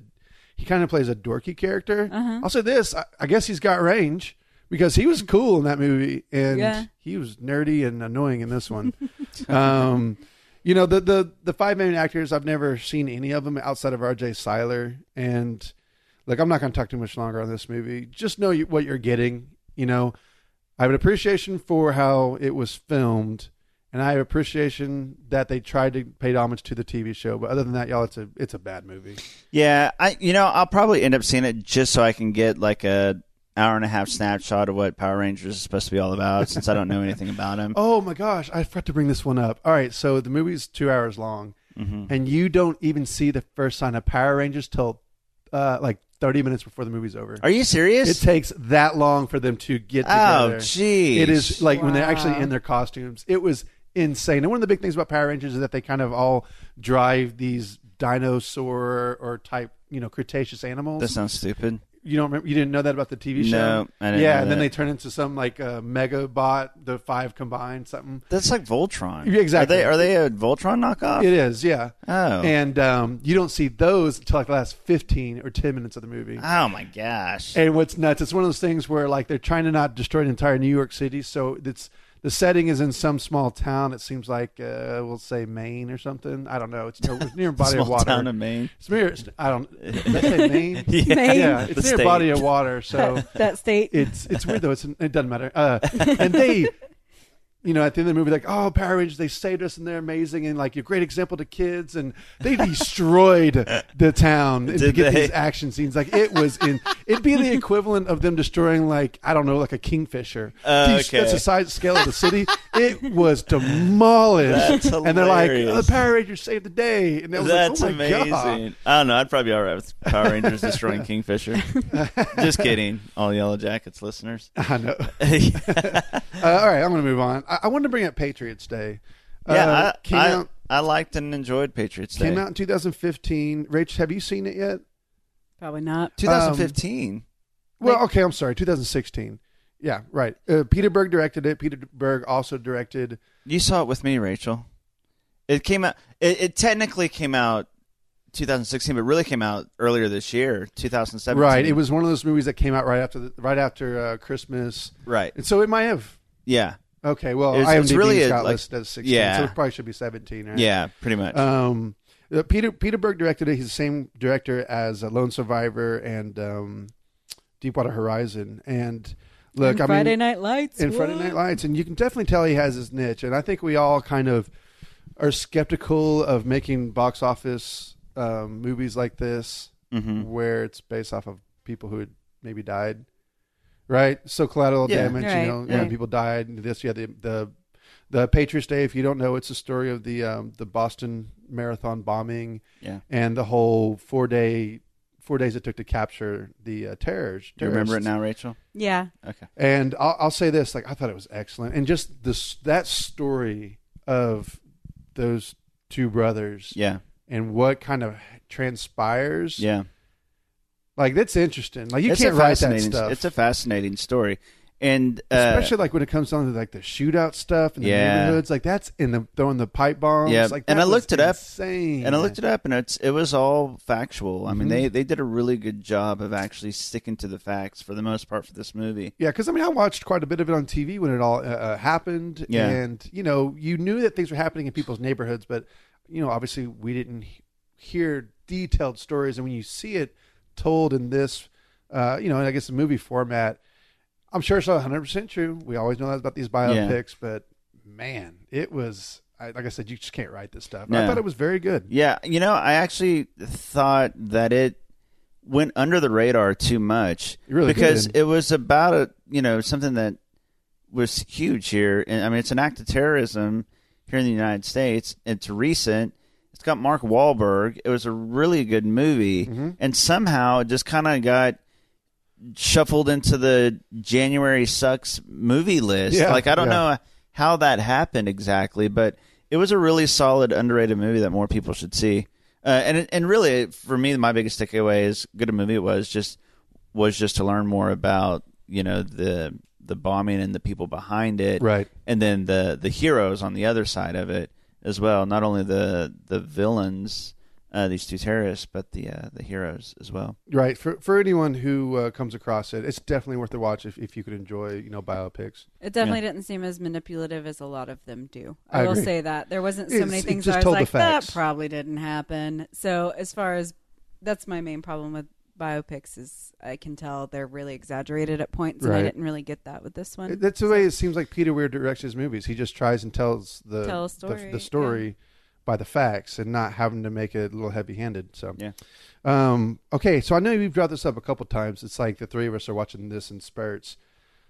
H: he kind of plays a dorky character. I'll say this: I, I guess he's got range because he was cool in that movie, and
B: Yeah.
H: he was nerdy and annoying in this one. um, you know the the the five main actors. I've never seen any of them outside of R.J. Seiler, and look, I'm not going to talk too much longer on this movie. Just know you, what you're getting. You know, I have an appreciation for how it was filmed, and I have appreciation that they tried to pay homage to the TV show. But other than that, y'all, it's a it's a bad movie.
A: Yeah, I you know I'll probably end up seeing it just so I can get like a hour and a half snapshot of what Power Rangers is supposed to be all about since I don't know anything about them.
H: Oh my gosh, I forgot to bring this one up. All right, so the movie's two hours long,
A: Mm-hmm.
H: and you don't even see the first sign of Power Rangers till uh, like thirty minutes before the movie's over.
A: Are you
H: It
A: serious?
H: takes that long for them to get
A: Oh,
H: together.
A: jeez.
H: It is like when they're actually
B: Wow.
H: in their costumes. It was insane. And one of the big things about Power Rangers is that they kind of all drive these dinosaur or type, you know, Cretaceous animals.
A: that sounds stupid.
H: you don't remember? You didn't know that about the TV show?
A: No, I didn't
H: Yeah,
A: know
H: and then
A: that.
H: they turn into some like uh, Megabot, the five combined something.
A: That's like Voltron.
H: Yeah, exactly.
A: Are they, are they a Voltron knockoff?
H: It is, yeah.
A: Oh.
H: And um, you don't see those until like the last fifteen or ten minutes of the movie.
A: Oh my gosh.
H: And what's nuts, it's one of those things where like they're trying to not destroy an entire New York City, so it's the setting is in some small town. It seems like uh, we'll say Maine or something. I don't know. It's near, it's near a body
A: Small
H: of water.
A: town of Maine.
H: It's near. it's- I don't. did I say Maine?
B: Maine.
H: Yeah, it's
A: The
H: near
A: state.
H: a body of water. So
B: that state.
H: it's it's weird though. It's it doesn't matter. Uh, and they, you know, at the end of the movie, like, oh, Power Rangers, they saved us and they're amazing and like you're a great example to kids. And they destroyed the town to
A: Did
H: get
A: they?
H: these action scenes. Like it was in. It'd be the equivalent of them destroying like I don't know, like a kingfisher.
A: Oh,
H: These-
A: okay.
H: That's the size scale of the city. It was demolished.
A: That's
H: and they're like, oh,
A: hilarious.
H: the Power Rangers saved the day. And that was
A: That's
H: like, oh my
A: amazing.
H: God.
A: I don't know. I'd probably be all right with Power Rangers destroying Kingfisher. Just kidding, all Yellow Jackets listeners.
H: I know.
A: yeah,
H: Uh, all right, I'm going to move on. I, I wanted to bring up Patriots Day. Uh,
A: I,
H: came
A: I,
H: out
A: I liked and enjoyed Patriots Day.
H: came out in 2015. Rach, have you seen it yet?
B: Probably not.
A: 2015.
H: Well, okay, I'm sorry, 2016. Yeah, right. Uh, Peter Berg directed it. Peter Berg also directed.
A: you saw it with me, Rachel. It came out. It, it technically came out 2016, but really came out earlier this year, 2017.
H: Right, it was one of those movies that came out right after the, right after uh, Christmas,
A: right.
H: and so it might have.
A: Yeah,
H: Okay, well,
A: It's- it's
H: IMDb's
A: really a,
H: got
A: like-
H: listed as 16,
A: yeah.
H: so it probably should be 17. Right?
A: yeah, pretty much.
H: Um, uh, Peter Peter Berg directed it. He's the same director as uh, Lone Survivor and um, Deepwater Horizon. And look,
B: And
H: I mean,
B: Friday Night Lights.
H: in Friday
B: what?
H: Night Lights, and you can definitely tell he has his niche. And I think we all kind of are skeptical of making box office um, movies like this,
A: Mm-hmm.
H: where it's based off of people who had maybe died, right? So collateral
A: Yeah.
H: damage,
B: Right,
H: you know,
B: right.
H: people died. And this, yeah, the the the Patriots Day. If you don't know, it's the story of the um, the Boston Marathon bombing
A: yeah.
H: and the whole four day four days it took to capture the uh, terrorists.
A: Do you remember it
H: terrorists.
A: now, Rachel?
B: Yeah.
A: Okay.
H: And I'll, I'll say this: like I thought it was excellent, and just this that story of those two brothers,
A: Yeah.
H: and what kind of transpires,
A: Yeah.
H: like that's interesting. Like you
A: It's a
H: can't write that
A: fascinating-
H: stuff,
A: It's a fascinating story, and uh,
H: especially like when it comes down to like the shootout stuff and the
A: Yeah.
H: neighborhoods, like that's in the throwing the pipe bombs.
A: Yeah,
H: like
A: and
H: that
A: I looked it
H: was
A: up,
H: insane.
A: and I looked it up, and it's it was all factual. I
H: Mm-hmm.
A: mean, they they did a really good job of actually sticking to the facts for the most part for this movie.
H: Yeah, because I mean, I watched quite a bit of it on TV when it all uh, uh, happened,
A: Yeah.
H: and you know, you knew that things were happening in people's neighborhoods, but you know, obviously, we didn't he- hear detailed stories, and when you see it told in this, uh, you know, and I guess the movie format, I'm sure it's not 100 percent true. We always know that about these biopics, but man, it was. I, like I said, you just can't write this stuff. I
A: No.
H: thought it was very good.
A: Yeah, you know, I actually thought that it went under the radar too much
H: It really
A: because
H: did.
A: it was about a you know something that was huge here, and I mean, it's an act of terrorism here in the United States. It's recent. It's got Mark Wahlberg. It was a really good movie,
H: Mm-hmm.
A: and somehow it just kind of got shuffled into the January sucks movie list.
H: Yeah,
A: like I don't
H: yeah.
A: know how that happened exactly, but it was a really solid underrated movie that more people should see. Uh, and and really for me, my biggest takeaway is good a movie it was just was just to learn more about you know the the bombing and the people behind it,
H: Right.
A: And then the the heroes on the other side of it as well. Not only the the villains, uh, these two terrorists, but the uh, the heroes as well.
H: Right for for anyone who uh, comes across it, it's definitely worth a watch if, if you could enjoy you know biopics.
B: It definitely didn't seem as manipulative as a lot of them do.
H: I
B: I, will
H: agree.
B: say that there wasn't so
H: It's-
B: many
H: it
B: things
H: just
B: I was
H: told the
B: like that
H: facts.
B: probably didn't happen. So as far as that's my main problem with biopics is I can tell they're really exaggerated at points, and I
H: Right.
B: didn't really get that with this one.
H: That's the way it seems like Peter Weir directs his movies. He just tries and tells the
B: Tell a
H: the-
B: story,
H: the,
B: yeah.
H: story by the facts and not having to make it a little heavy handed. So
A: Yeah.
H: Um, okay, so I know you've brought this up a couple times. It's like the three of us are watching this in spurts,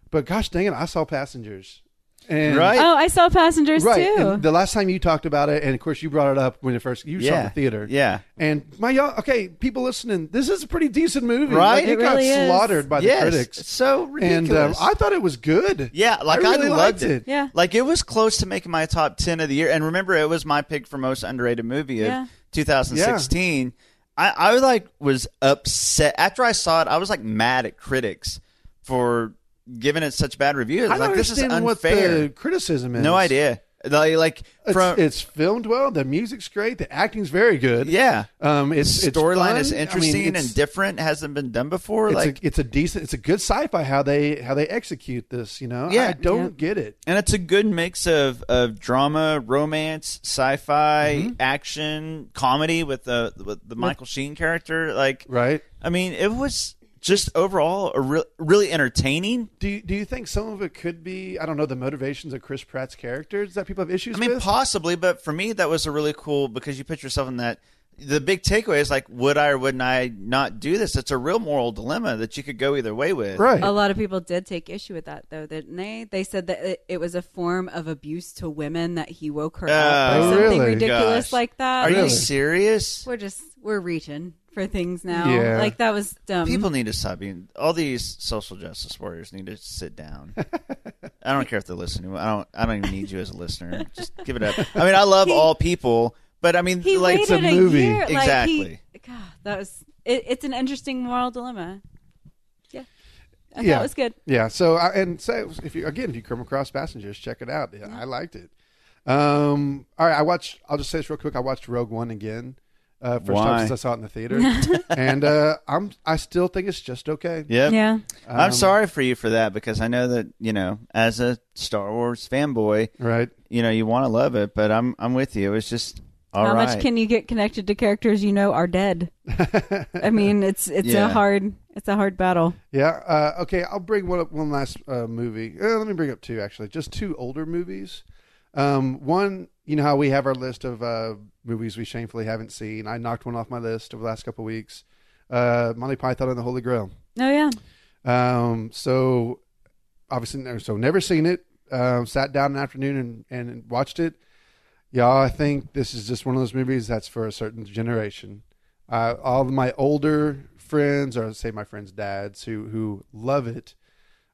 H: but gosh dang it, I saw Passengers. And
A: Right.
B: oh, I saw Passengers
H: Right.
B: too.
H: And the last time you talked about it, and of course you brought it up when it first you saw it
A: yeah.
H: in the theater.
A: Yeah.
H: And my y'all, okay, people listening, this is a pretty decent movie.
A: Right?
H: Like, it,
A: It
H: got
B: really is.
H: slaughtered by
A: yes.
H: the critics.
A: It's so
H: And
A: ridiculous.
H: um, I thought it was good.
A: Yeah, like I,
H: I really
A: loved
H: liked
A: it.
H: it.
B: Yeah.
A: like it was close to making my top ten of the year. And remember, it was my pick for most underrated movie of
B: Yeah.
A: 2016. I, I like was upset after I saw it. I was like mad at critics for giving it such bad reviews.
H: I don't
A: like this is
H: understand what the
A: unfair.
H: criticism is.
A: No idea. Like, like
H: It's,
A: from
H: it's filmed well. The music's great. The acting's very good.
A: yeah,
H: Um, it's it's
A: storyline
H: fun.
A: is
H: I mean,
A: interesting
H: it's-
A: and different. Hasn't been done before.
H: It's,
A: like
H: a, it's a decent. It's a good sci-fi how they how they execute this. You know.
A: Yeah.
H: I don't get it.
A: and it's a good mix of, of drama, romance, sci-fi, action, comedy with the Mm-hmm. with the Michael Sheen character. Like,
H: Right.
A: I mean, it was just overall a re- really entertaining.
H: Do you, do you think some of it could be I don't know the motivations of Chris Pratt's characters that people have issues
A: I mean,
H: with?
A: possibly, but for me, that was a really cool because you put yourself in that. The big takeaway is like, would I or wouldn't I not do this? It's a real moral dilemma that you could go either way with.
H: right.
B: A lot of people did take issue with that, though, didn't they? They said that it, it was a form of abuse to women that he woke her up or
A: Oh,
B: something
H: really?
B: ridiculous
A: Gosh.
B: like that.
A: Are you
B: Like,
A: serious?
B: We're just we're reaching for things now.
H: Yeah.
B: Like that was dumb.
A: People
H: Mm-hmm.
A: need to stop being. All these social justice warriors need to sit down. I don't care if they're listening. I don't. I don't even need you as a listener. Just give it up. I mean, I love all people, but I mean,
B: he
A: like,
B: waited
H: a movie.
B: year.
A: Exactly.
B: Like he, God, that was it, it's an interesting moral dilemma. Yeah. I thought
H: yeah,
B: it was good.
H: Yeah. So I, and so if you again if you come across passengers, check it out. Yeah, I liked it. Um. All right. I watched. I'll just say this real quick. I watched Rogue One again. Uh, first
A: Why?
H: time since I saw it in the theater, and uh, I'm I still think it's just okay.
A: Yep.
B: Yeah.
H: Um,
A: I'm sorry for you for that because I know that you know, as a Star Wars fanboy,
H: Right.
A: you know you want to love it, but I'm I'm with you. It's just all
B: How
A: right.
B: much can you get connected to characters you know are dead? I mean, it's it's
A: Yeah.
B: a hard it's a hard battle.
H: Yeah. Uh, okay. I'll bring one up. One last uh, movie. Uh, let me bring up two actually. Just two older movies. Um, one, you know how we have our list of uh, movies we shamefully haven't seen. I knocked one off my list over the last couple of weeks. Uh, Monty Python and the Holy Grail.
B: Oh yeah.
H: Um, so obviously, no- so never seen it. Um, sat down an afternoon and, and watched it. Yeah, I think this is just one of those movies that's for a certain generation. Uh, all of my older friends, or say my friends' dads, who who love it,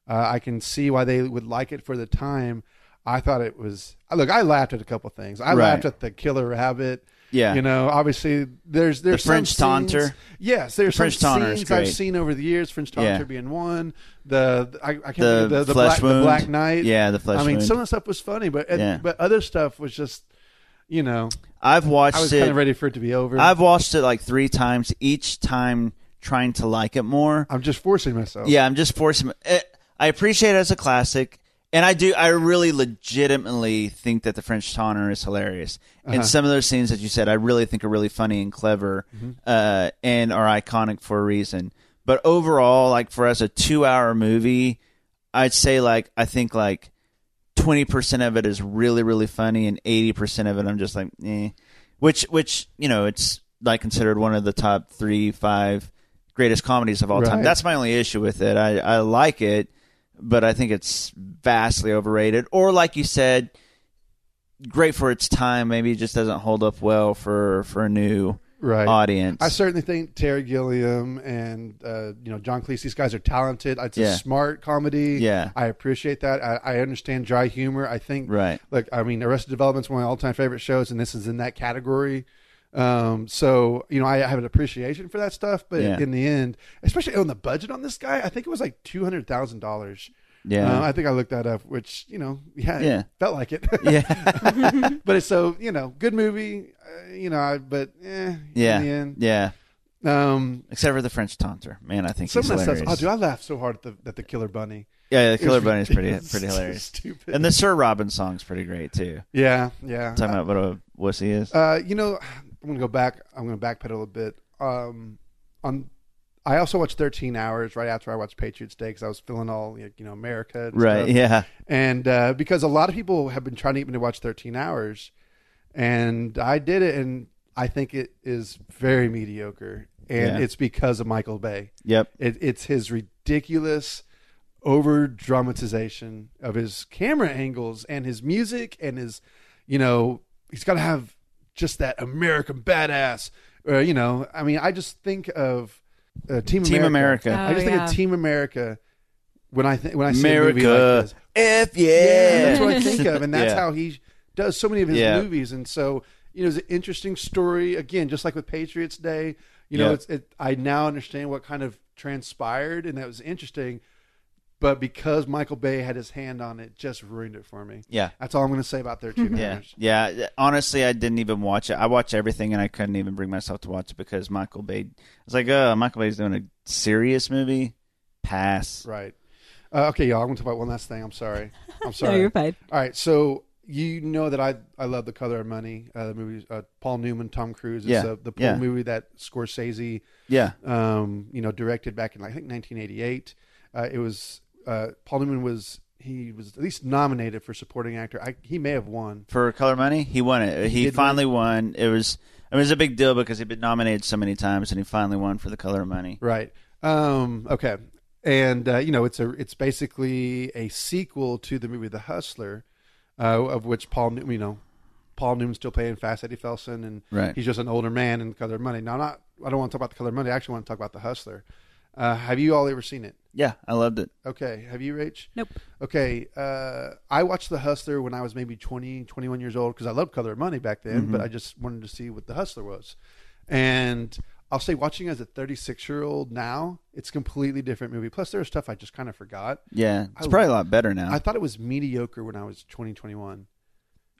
H: uh, I can see why they would like it for the time. I thought it was uh, look. I laughed at a couple things. I
A: Right.
H: laughed at the killer rabbit.
A: Yeah.
H: you know, obviously there's there's some
A: French
H: scenes-
A: taunter.
H: Yes, there's
A: French
H: some
A: taunter is
H: scenes
A: great.
H: I've seen over the years. French taunter
A: Yeah.
H: being one. The, the- I, I can't
A: The
H: think of the, the,
A: flesh
H: black,
A: wound.
H: the Black Knight.
A: Yeah, the flesh
H: I mean,
A: wound.
H: some of the stuff was funny, but and-
A: Yeah.
H: but other stuff was just, you know,
A: I've watched
H: I was
A: it.
H: kind of ready for it to be over. i
A: I've watched it like three times, each time trying to like it more.
H: am just forcing myself.
A: Yeah, I'm just forcing. It, I appreciate it as a classic, and I do. I really legitimately think that the French Taunter is hilarious, and some of those scenes that you said, I really think are really funny and clever, uh, and are iconic for a reason. But overall, like for us, a two-hour movie, I'd say like I think like twenty percent of it is really really funny, and eighty percent of it I'm just like, eh. Which which you know it's like considered one of the top three five greatest comedies of all time.
H: Right.
A: That's my only issue with it. I I like it, but I think it's vastly overrated. Or like you said, great for its time. Maybe it just doesn't hold up well for for a new
H: Right.
A: audience.
H: I certainly think Terry Gilliam and uh, you know John Cleese; these guys are talented. It's
A: Yeah.
H: a smart comedy.
A: Yeah.
H: I appreciate that. I, I understand dry humor. I think
A: Right.
H: Like I mean, Arrested Development's one of my all-time favorite shows, and this is in that category. Um, so you know, I have an appreciation for that stuff. But
A: Yeah.
H: in the end, especially on the budget on this guy, I think it was like two hundred thousand dollars.
A: Yeah.
H: Uh, I think I looked that up, which you know, yeah, it
A: Yeah.
H: felt like it.
A: yeah,
H: but it's so you know, good movie. Uh, you know, I, but eh, in the
A: yeah,
H: end,
A: yeah.
H: um,
A: Except for the French Taunter, man. I think
H: some
A: he's
H: of that
A: hilarious.
H: stuff. Oh, dude, I laughed so hard at the, at the Killer Bunny.
A: Yeah, the Killer
H: It was
A: Bunny is pretty
H: ridiculous.
A: pretty hilarious.
H: Stupid.
A: And the Sir Robin song's pretty great too.
H: yeah, yeah.
A: Talking about what a wuss
H: Oh,
A: he is.
H: Uh, you know, I'm gonna go back. I'm gonna backpedal a bit. Um, on I also watched 13 Hours right after I watched Patriots Day because I was feeling all you know America, and
A: Right.
H: stuff.
A: Yeah.
H: and uh, because a lot of people have been trying to get me to watch 13 Hours, and I did it, and I think it is very mediocre, and
A: Yeah.
H: it's because of Michael Bay.
A: Yep.
H: It, it's his ridiculous over dramatization of his camera angles and his music and his, you know, he's got to have just that American badass. Uh, you know, I mean, I just think of uh, Team
A: Team
H: America.
A: America.
H: I just
B: Oh,
H: think
B: yeah.
H: of Team America when I think when I see a movie like
A: America.
H: this.
A: F yeah.
H: That's what I think of, and that's
A: Yeah.
H: how he does so many of his
A: Yeah.
H: movies. And so, you know, it's an interesting story. Again, just like with Patriots Day, you know,
A: Yeah.
H: it's it, I now understand what kind of transpired, and that was interesting. But because Michael Bay had his hand on it, just ruined it for me.
A: Yeah.
H: That's all I'm going to say about their two
A: Yeah.
H: hours.
A: Yeah. Honestly, I didn't even watch it. I watch everything and I couldn't even bring myself to watch it because Michael Bay. I was like, oh, Michael Bay's doing a serious movie. Pass.
H: Right. Uh, okay, y'all. I'm going to talk about one last thing. I'm sorry. I'm sorry.
B: No, you're fine.
H: All right, so you know that I I love The Color of Money, uh, the movie uh, Paul Newman, Tom Cruise. It's
A: Yeah,
H: uh, the pool
A: yeah.
H: movie that Scorsese,
A: Yeah.
H: um, you know, directed back in I think 1988. Uh, it was uh, Paul Newman was he was at least nominated for supporting actor. I, he may have won.
A: For Color Money, he won it. He,
H: did
A: finally won. It was. I mean, it was a big deal because he'd been nominated so many times, and he finally won for The Color of Money.
H: Right. Um, okay. And uh, you know, it's a it's basically a sequel to the movie The Hustler, uh, of which Paul Newman, you know, Paul Newman's still playing Fast Eddie Felsen, and
A: Right.
H: he's just an older man in Color of Money. Now, I'm not I don't want to talk about The Color of Money. I actually want to talk about The Hustler. Uh, have you all ever seen it?
A: Yeah, I loved it.
H: Okay. Have you, Rach?
B: Nope.
H: Okay. Uh, I watched The Hustler when I was maybe 20, 21 years old because I loved Color of Money back then,
A: Mm-hmm.
H: but I just wanted to see what The Hustler was. And I'll say, watching as a 36 year old now, it's a completely different movie. Plus, there was stuff I just kind of forgot.
A: Yeah, it's
H: I-
A: probably a lot better now.
H: I thought it was mediocre when I was 20, 21.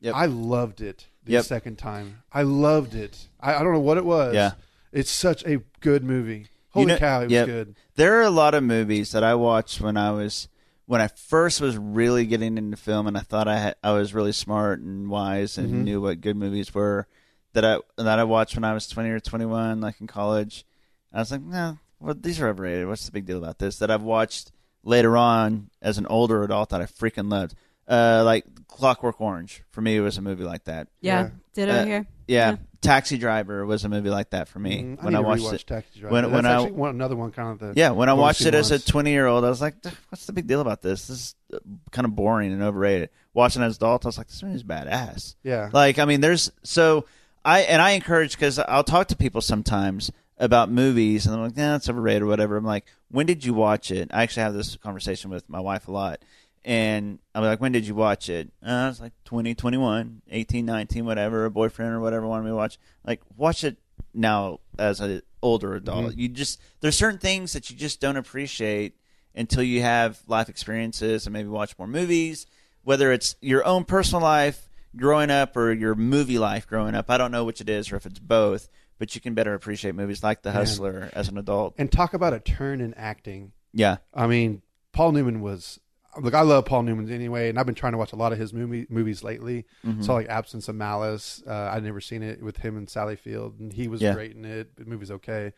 A: Yep.
H: I loved it the
A: Yep.
H: second time. I loved it. I, I don't know what it was.
A: Yeah.
H: It's such a good movie. Holy
A: know-
H: cow, it was
A: yep.
H: good.
A: There are a lot of movies that I watched when I was when I first was really getting into film, and I thought I had, I was really smart and wise and
H: Mm-hmm.
A: knew what good movies were that I that I watched when I was twenty or twenty one, like in college. I was like, no, well, these are overrated. What's the big deal about this? That I've watched later on as an older adult that I freaking loved. Uh, like Clockwork Orange for me was a movie like that.
B: Yeah. Did Ditto
A: Uh,
B: here.
A: Yeah. Taxi Driver was a movie like that for me
H: Mm,
A: when
H: need
A: I
H: to
A: watched
H: rewatch
A: it.
H: Taxi Driver.
A: When-
H: That's
A: when I-
H: actually one, another one, kind of the
A: Yeah, when I watched
H: go-to
A: it as a
H: ones.
A: 20 year old, I was like, "Duh, what's the big deal about this? This is uh, kind of boring and overrated. Watching it as an adult, I was like, this movie's badass.
H: Yeah.
A: Like, I mean, there's so I, and I encourage because I'll talk to people sometimes about movies and I'm like, nah, it's overrated or whatever. I'm like, when did you watch it? I actually have this conversation with my wife a lot. And I'm like, when did you watch it? And I was like 20, 21, 18, 19, whatever, a boyfriend or whatever wanted me to watch. Like, watch it now as an older adult. You just there's certain things that you just don't appreciate until you have life experiences and maybe watch more movies. Whether it's your own personal life growing up or your movie life growing up, I don't know which it is or if it's both. But you can better appreciate movies like The Hustler as an adult.
H: and talk about a turn in acting.
A: Yeah,
H: I mean, Paul Newman was look. I love Paul Newman anyway, and I've been trying to watch a lot of his movie, movies lately.
A: Mm-hmm.
H: So like Absence of Malice, uh, I'd never seen it with him and Sally Field, and he was
A: Yeah.
H: great in it. The movie's okay,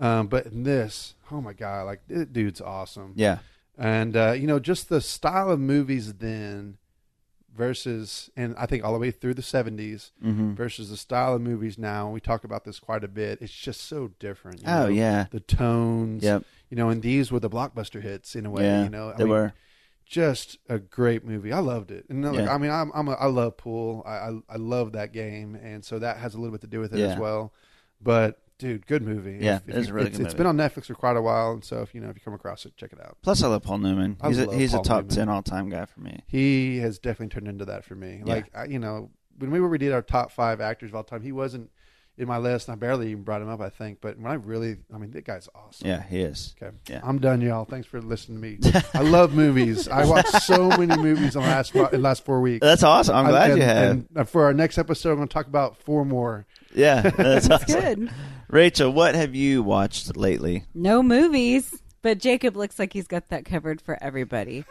H: um, but in this, oh my god, like this dude's awesome.
A: yeah,
H: and uh, you know, just the style of movies then versus, and I think all the way through the 70s
A: Mm. Mm-hmm.
H: versus the style of movies now. and We talk about this quite a bit. It's just so different. you
A: Oh,
H: know?
A: yeah.
H: the tones.
A: Yep.
H: You know, and these were the blockbuster hits in a way.
A: yeah.
H: you know, I
A: they
H: mean,
A: were.
H: just a great movie. I loved it. And then, like,
A: Yeah.
H: I mean, I'm, I'm a, I love pool. I, I I love that game, and so that has a little bit to do with it as
A: Yeah.
H: well. But dude, good movie.
A: Yeah, it was
H: you-
A: a really
H: it's,
A: good
H: It's
A: movie.
H: been on Netflix for quite a while, and so if you know if you come across it, check it out.
A: Plus, I love Paul Newman.
H: I
A: he's a,
H: love
A: he's
H: Paul
A: a top
H: Newman.
A: ten all time guy for me.
H: he has definitely turned into that for me.
A: Yeah.
H: Like I, you know, when we we did our top five actors of all time, he wasn't in my list, and I barely even brought him up. I think, but when I really, I mean, that guy's awesome.
A: Yeah, he is.
H: Okay.
A: Yeah.
H: I'm done, y'all. Thanks for listening to me. I love movies. I watched so many movies in the last in the last four weeks.
A: That's awesome. Uh, I'm glad
H: and,
A: you have.
H: And uh, for our next episode, I'm going to talk about four more.
A: yeah, that's awesome.
B: Good.
A: Rachel, what have you watched lately?
B: No movies, but Jacob looks like he's got that covered for everybody.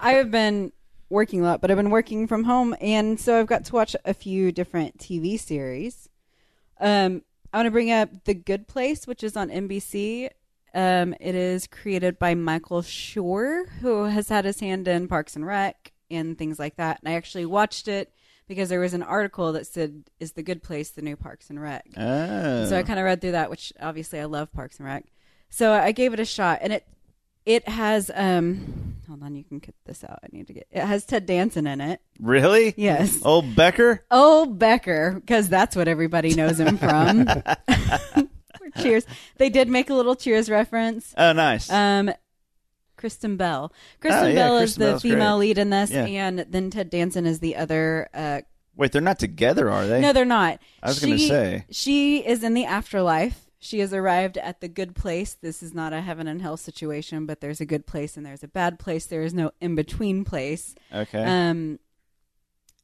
B: I have been working a lot, but I've been working from home, and so I've got to watch a few different TV series. Um, I want to bring up The Good Place, which is on NBC, Um, it is created by Michael Shore, who has had his hand in Parks and Rec and things like that. And I actually watched it because there was an article that said, "Is the Good Place the new Parks and Rec?"
A: Oh.
B: So I kind of read through that, which obviously I love Parks and Rec. So I gave it a shot, and it it has um hold on, you can cut this out. I need to get it has Ted Danson in it.
A: really?
B: Yes.
A: Old Becker?
B: Oh, Becker, because that's what everybody knows him from. cheers. They did make a little Cheers reference.
A: Oh, nice.
B: Um, Kristen Bell. Kristen
A: Oh, yeah,
B: Bell is
A: Kristen
B: the
A: Bell's
B: female
A: great.
B: lead in this,
A: Yeah.
B: and then Ted Danson is the other. Uh,
A: Wait, they're not together, are they?
B: no, they're not.
A: I was gonna
B: She-
A: say.
B: she is in the afterlife. She has arrived at the good place. This is not a heaven and hell situation, but there's a good place and there's a bad place. There is no in between place.
A: okay.
B: Um,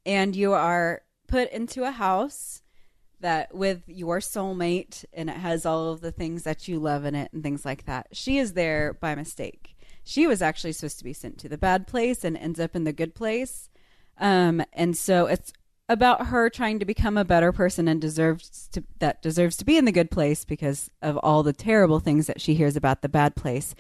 B: and you are put into a house that with your soulmate, and it has all of the things that you love in it and things like that. She is there by mistake. She was actually supposed to be sent to the bad place and ends up in the good place. Um, and so it's about her trying to become a better person and deserves to that deserves to be in the good place because of all the terrible things that she hears about the bad place.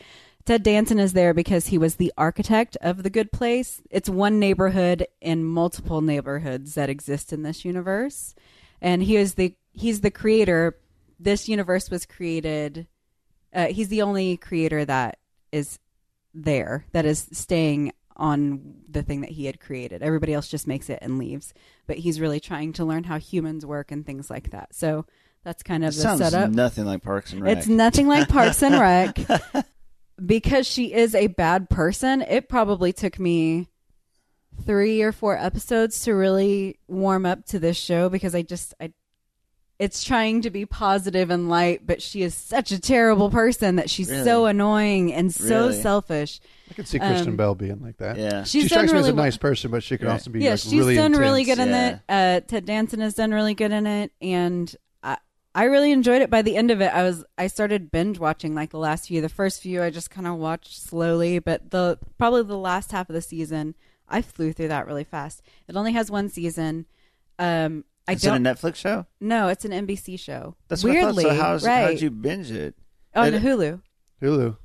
B: Ted Danson is there because he was the architect of the good place. It's one neighborhood in multiple neighborhoods that exist in this universe. And he is the he's the creator. This universe was created uh, he's the only creator that is there that is staying on the thing that he had created. Everybody else just makes it and leaves. But he's really trying to learn how humans work and things like that. So that's kind of
A: It
B: the
A: sounds
B: setup.
A: nothing like Parks and Rec.
B: It's nothing like Parks and Rec. Because she is a bad person, it probably took me three or four episodes to really warm up to this show because I just I it's trying to be positive and light, but she is such a terrible person that she's so
A: Really?
B: annoying and so
A: Really?
B: selfish.
H: I could see Kristen
B: um,
H: Bell being like that.
A: yeah.
B: She's done
H: she strikes me as
B: really
H: a
B: well-
H: nice person, but she could
A: Right.
H: also be
B: yeah,
H: like
B: she's
H: really
B: done
H: intense.
B: really good in
A: Yeah.
B: it. Uh, Ted Danson has done really good in it, and I, I really enjoyed it. By the end of it, I was I started binge watching like the last few. The first few I just kind of watched slowly, but the probably the last half of the season I flew through that really fast. It only has one season. Um, I
A: Is it a
B: don't
A: Netflix show?
B: know. It's an NBC show.
A: That's
B: weirdly
A: what I thought. So how's,
B: right
A: how'd you binge it?
B: on
A: it-
B: Hulu.
H: Hulu.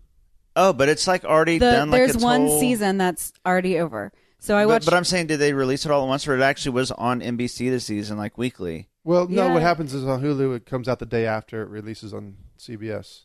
A: Oh, but it's like already
B: The-
A: done. Like
B: there's
A: its
B: one
A: whole-
B: season that's already over. So I
A: But,
B: watched.
A: but I'm saying, did they release it all at once, or it actually was on NBC this season, like weekly?
H: Well, no,
B: Yeah.
H: what happens is on Hulu, it comes out the day after it releases on CBS.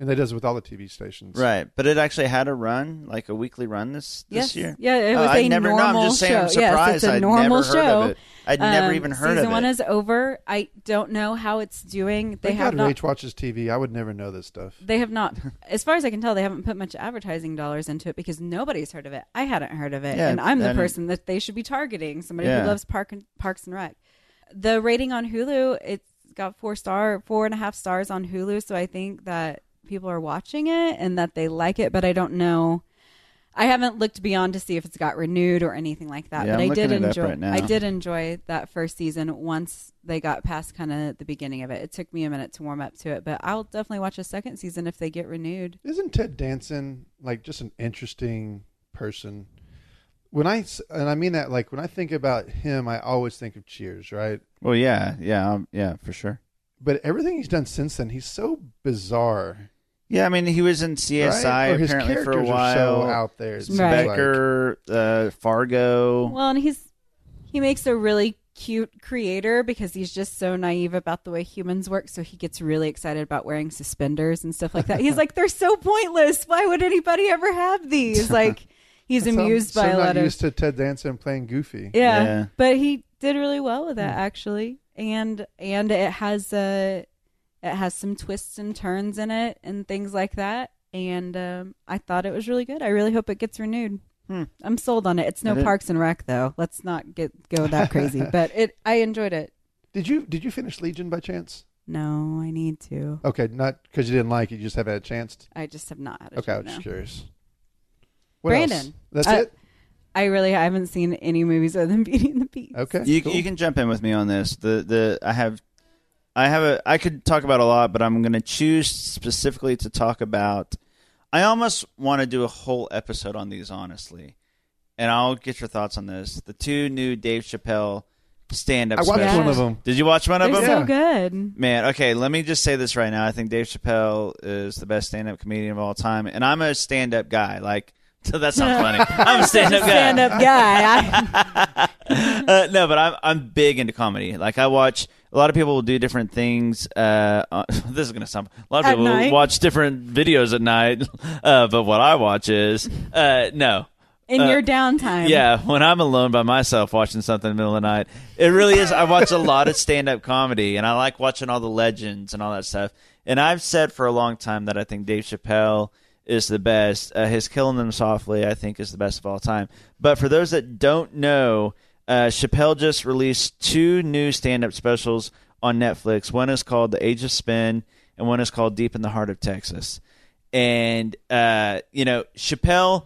H: And that does it with all the TV stations.
A: Right, but it actually had a run, like a weekly run this this
B: Yes.
A: year.
B: Yeah, it
A: Oh,
B: was
A: I
B: a
A: never know. I'm
B: normal
A: just saying, I'm
B: show. Yes,
A: surprised.
B: it's a
A: I'd
B: normal
A: never heard of
B: show.
A: it. I'd never
B: um,
A: even heard
B: season
A: of it.
B: one is over. I don't know how it's doing. They
H: Thank
B: have
H: God
B: not.
H: Rach watches TV. I would never know this stuff.
B: They have not, as far as I can tell, they haven't put much advertising dollars into it because nobody's heard of it. I hadn't heard of it,
A: Yeah,
B: and I'm the
A: and-
B: person that they should be targeting. Somebody
A: Yeah.
B: who loves Park and, Parks and Rec. The rating on Hulu, it's got four star, four and a half stars on Hulu. So I think that people are watching it and that they like it, but I don't know. I haven't looked beyond to see if it's got renewed or anything like that.
A: Yeah,
B: but
A: I'm
B: I did
A: looking it up
B: enjoy.
A: right now.
B: I did enjoy that first season once they got past kind of the beginning of it. It took me a minute to warm up to it, but I'll definitely watch a second season if they get renewed.
H: Isn't Ted Danson like just an interesting person? When I s- and I mean that like when I think about him, I always think of Cheers, right?
A: Well, yeah, yeah, um, yeah, for sure.
H: But everything he's done since then, he's so bizarre.
A: Yeah, I mean, he was in CSI
H: right? Or his
A: apparently for a
H: characters
A: while.
H: are so out there. it seems
B: Right.
A: Becker, uh, Fargo.
B: Well, and he's he makes a really cute creator because he's just so naive about the way humans work. So he gets really excited about wearing suspenders and stuff like that. He's like, they're so pointless. Why would anybody ever have these? Like, he's
H: So I'm-
B: amused
H: so
B: by
H: I'm
B: a
H: not
B: lot of
H: used to Ted Danson playing Goofy.
B: Yeah,
A: Yeah.
B: but he did really well with that actually, and and it has uh it has some twists and turns in it and things like that. And um, I thought it was really good. I really hope it gets renewed. I'm sold on it. It's
A: I
B: no
A: didn't-
B: Parks and Rec though. Let's not get go that crazy. but it, I enjoyed it.
H: Did you did you finish Legion by chance?
B: No, I need to.
H: Okay, not because you didn't like it, you just haven't had a chance. To,
B: I just have not had a
H: okay, I
B: chance
H: was just
B: now.
H: curious. What
B: Brandon, Uh,
H: else? that's
B: I-
H: it.
B: I really haven't seen any movies other than Beauty and the Beast.
H: Okay,
A: you,
H: cool.
A: you can jump in with me on this. The the I have I have a I could talk about a lot, but I'm going to choose specifically to talk about. I almost want to do a whole episode on these, honestly, and I'll get your thoughts on this. The two new Dave Chappelle stand up
H: I watched
A: specials.
H: one of them.
A: Did you watch one of
B: They're
A: them?
B: so good.
A: Man, okay, let me just say this right now. I think Dave Chappelle is the best stand up comedian of all time, and I'm a stand up guy. Like, that's not funny. I'm a stand up guy.
B: Stand up guy. I,
A: Uh, no, but I'm I'm big into comedy. Like I watch a lot of people will do different things. Uh, on- this is gonna sound a lot of
B: At
A: people will
B: night?
A: watch different videos at night. Uh, but what I watch is uh, no.
B: in your downtime.
A: Yeah, when I'm alone by myself watching something in the middle of the night, it really is. I watch a lot of stand up comedy and I like watching all the legends and all that stuff. And I've said for a long time that I think Dave Chappelle is the best. Uh, his Killing Them Softly, I think, is the best of all time. But for those that don't know, uh, Chappelle just released two new stand up specials on Netflix. One is called The Age of Spin, and one is called Deep in the Heart of Texas. And, uh, you know, Chappelle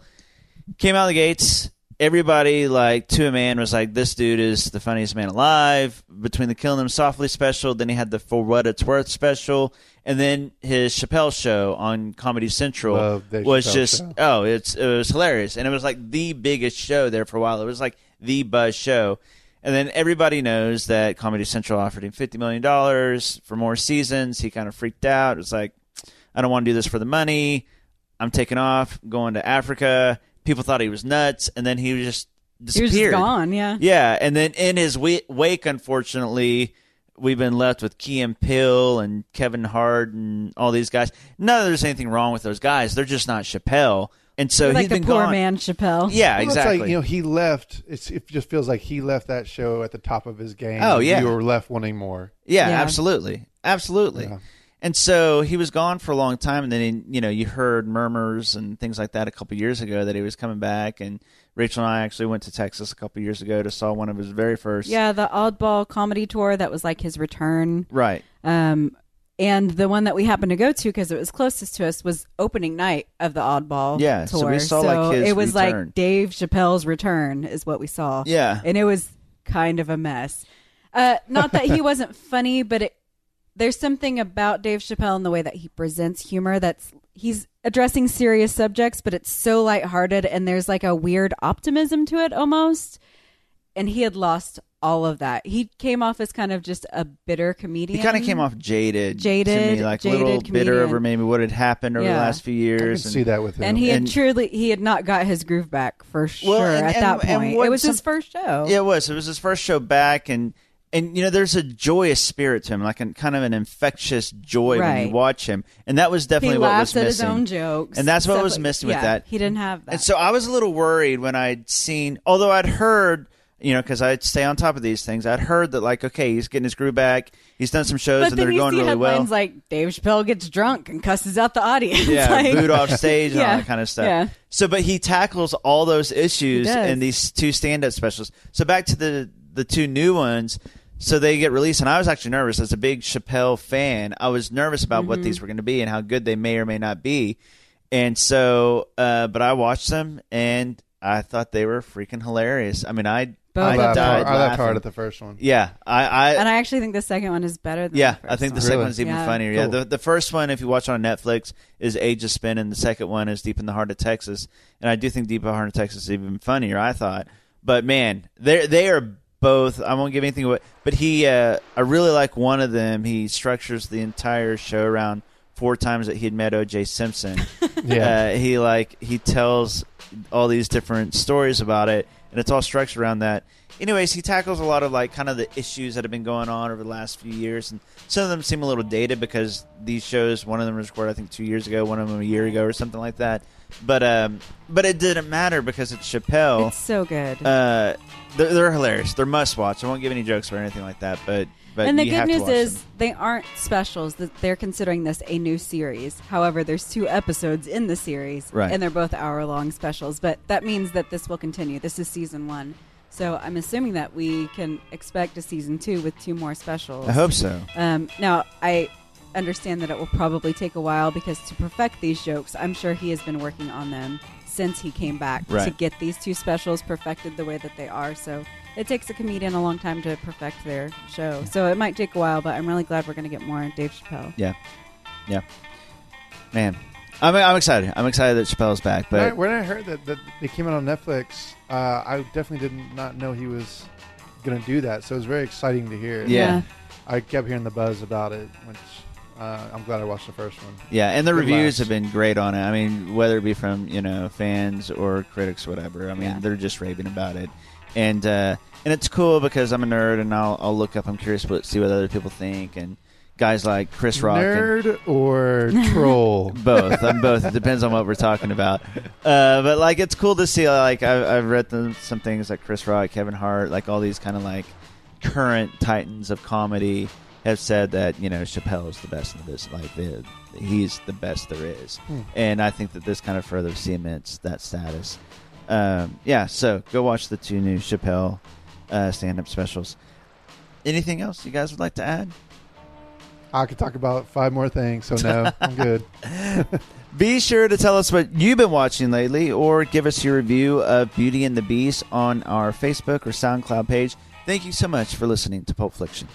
A: came out of the gates. Everybody, like to a man, was like, "This dude is the funniest man alive." Between the "Killing Them Softly" special, then he had the "For What It's Worth" special, and then his Chappelle show on Comedy Central
H: Love the
A: was
H: Chappelle
A: just
H: Show.
A: oh, it's it was hilarious, and it was like the biggest show there for a while. It was like the buzz show, and then everybody knows that Comedy Central offered him fifty million dollars for more seasons. He kind of freaked out. It was like, I don't want to do this for the money. I'm taking off, going to Africa. People thought he was nuts, and then he just
B: He
A: disappeared.
B: was just gone. Yeah.
A: Yeah, and then in his we- wake, unfortunately, we've been left with Key and Pill and Kevin Hart and all these guys. Not that there's anything wrong with those guys; they're just not Chappelle. And so
B: He's
A: he's
B: like the
A: been
B: poor
A: gone.
B: man Chappelle.
A: Yeah,
H: Well,
A: exactly.
H: It's like, you know, he left. It's, it just feels like he left that show at the top of his game.
A: Oh, yeah.
H: You were left wanting more.
A: Yeah,
B: Yeah.
A: absolutely, absolutely. And so he was gone for a long time, and then you know you heard murmurs and things like that a couple years ago that he was coming back. And Rachel and I actually went to Texas a couple years ago to saw one of his very first.
B: Yeah, the oddball comedy tour that was like his return.
A: Right.
B: Um, and the one that we happened to go to because it was closest to us was opening night of the oddball.
A: Yeah,
B: tour.
A: so we saw, like,
B: So
A: his
B: it was
A: return.
B: like Dave Chappelle's return is what we saw.
A: Yeah.
B: and it was kind of a mess. Uh, not that he wasn't funny, but it there's something about Dave Chappelle and the way that he presents humor that's he's addressing serious subjects, but it's so lighthearted and there's like a weird optimism to it almost. And he had lost all of that. He came off as kind of just a bitter comedian.
A: He kind of came off jaded, to
B: Jaded-
A: me, like a
B: jaded
A: little bitter
B: comedian.
A: over maybe what had happened over the
B: Yeah.
A: last few
H: I
A: years.
H: can see that with him.
B: and he had
A: And-
B: truly he had not got his groove back for sure
A: and-
B: at
A: and-
B: that
A: and
B: point.
A: what
B: It was his
A: some-
B: first show.
A: Yeah, it was. It was his first show back, and and you know, there's a joyous spirit to him, like an kind of an infectious joy when you
B: Right.
A: watch him, and that was
B: He
A: definitely what was
B: laughs at
A: missing.
B: his own jokes,
A: and that's what
B: stuff
A: was
B: like-
A: missing with
B: yeah,
A: that.
B: He didn't have that.
A: And so I was a little worried when I'd seen, although I'd heard, you know, because I'd stay on top of these things. I'd heard that like, okay, he's getting his groove back. He's done some shows,
B: but
A: and they're
B: then you
A: going
B: see
A: really well.
B: headlines like Dave Chappelle gets drunk and cusses out the audience.
A: yeah,
B: like,
A: booed off stage and all
B: Yeah,
A: that kind of stuff.
B: yeah.
A: So, but he tackles all those issues
B: He does.
A: in these two stand-up specials. So back to the the two new ones. So they get released, and I was actually nervous as a big Chappelle fan. I was nervous about what
B: Mm-hmm.
A: these were going to be and how good they may or may not be. And so, uh, but I watched them, and I thought they were freaking hilarious. I mean, I I
B: Both
H: I
B: of them.
H: laughed,
A: died
H: hard, I laughed
A: laughing.
H: hard at the first one.
A: Yeah, I, I
B: and I actually think the second one is better than
A: yeah,
B: the first
A: I think the
B: one.
A: second
H: Really?
A: one's even
B: Yeah.
A: funnier. Yeah,
H: Cool.
A: the, the first one, if you watch it on Netflix, is Age of Spin, and the second one is Deep in the Heart of Texas. And I do think Deep in the Heart of Texas is even funnier. I thought, but man, they they are both. I won't give anything away, but he, uh, I really like one of them. He structures the entire show around four times that he had met O.J. Simpson.
H: Yeah.
A: uh, he like he tells all these different stories about it, and it's all structured around that. Anyways, he tackles a lot of like kind of the issues that have been going on over the last few years, and some of them seem a little dated because these shows, one of them was recorded I think two years ago, one of them a year ago or something like that. But um, but it didn't matter because it's Chappelle.
B: It's so good.
A: uh, they're, they're hilarious. They're must watch. I won't give any jokes or anything like that. But but
B: and the
A: you
B: good
A: have to
B: news
A: watch
B: is
A: them.
B: they aren't specials. That they're considering this a new series. However, there's two episodes in the series,
A: Right.
B: and they're both hour-long specials. But that means that this will continue. This is season one, so I'm assuming that we can expect a season two with two more specials.
A: I hope so.
B: Um, now, I understand that it will probably take a while because to perfect these jokes, I'm sure he has been working on them since he came back to
A: Right.
B: get these two specials perfected the way that they are. So it takes a comedian a long time to perfect their show. So it might take a while, but I'm really glad we're going to get more Dave Chappelle.
A: Yeah, yeah, man. I'm, I'm excited. I'm excited that Chappelle's back.
H: When I,
A: But
H: when I heard that, that they came out on Netflix, uh, I definitely did not know he was going to do that. So it was very exciting to hear.
A: Yeah.
B: Yeah.
H: I kept hearing the buzz about it, which uh, I'm glad I watched the first one.
A: Yeah, and the
H: Good
A: reviews
H: laughs.
A: have been great on it. I mean, whether it be from you know fans or critics, whatever. I mean,
B: Yeah.
A: they're just raving about it, and uh, and it's cool because I'm a nerd and I'll, I'll look up. I'm curious what see what other people think and guys like Chris Rock. and-
H: Nerd or troll?
A: both. I'm both. It depends on what we're talking about. Uh, but like, it's cool to see. Like, I, I've read them, some things like Chris Rock, Kevin Hart, like all these kind of like current titans of comedy have said that you know Chappelle is the best in the business. Like, the, he's the best there is, and I think that this kind of further cements that status. Um, yeah. So go watch the two new Chappelle uh, stand-up specials. Anything else you guys would like to add?
H: I could talk about five more things, so no, I'm good.
A: Be sure to tell us what you've been watching lately or give us your review of Beauty and the Beast on our Facebook or SoundCloud page. Thank you so much for listening to Pulp Fiction.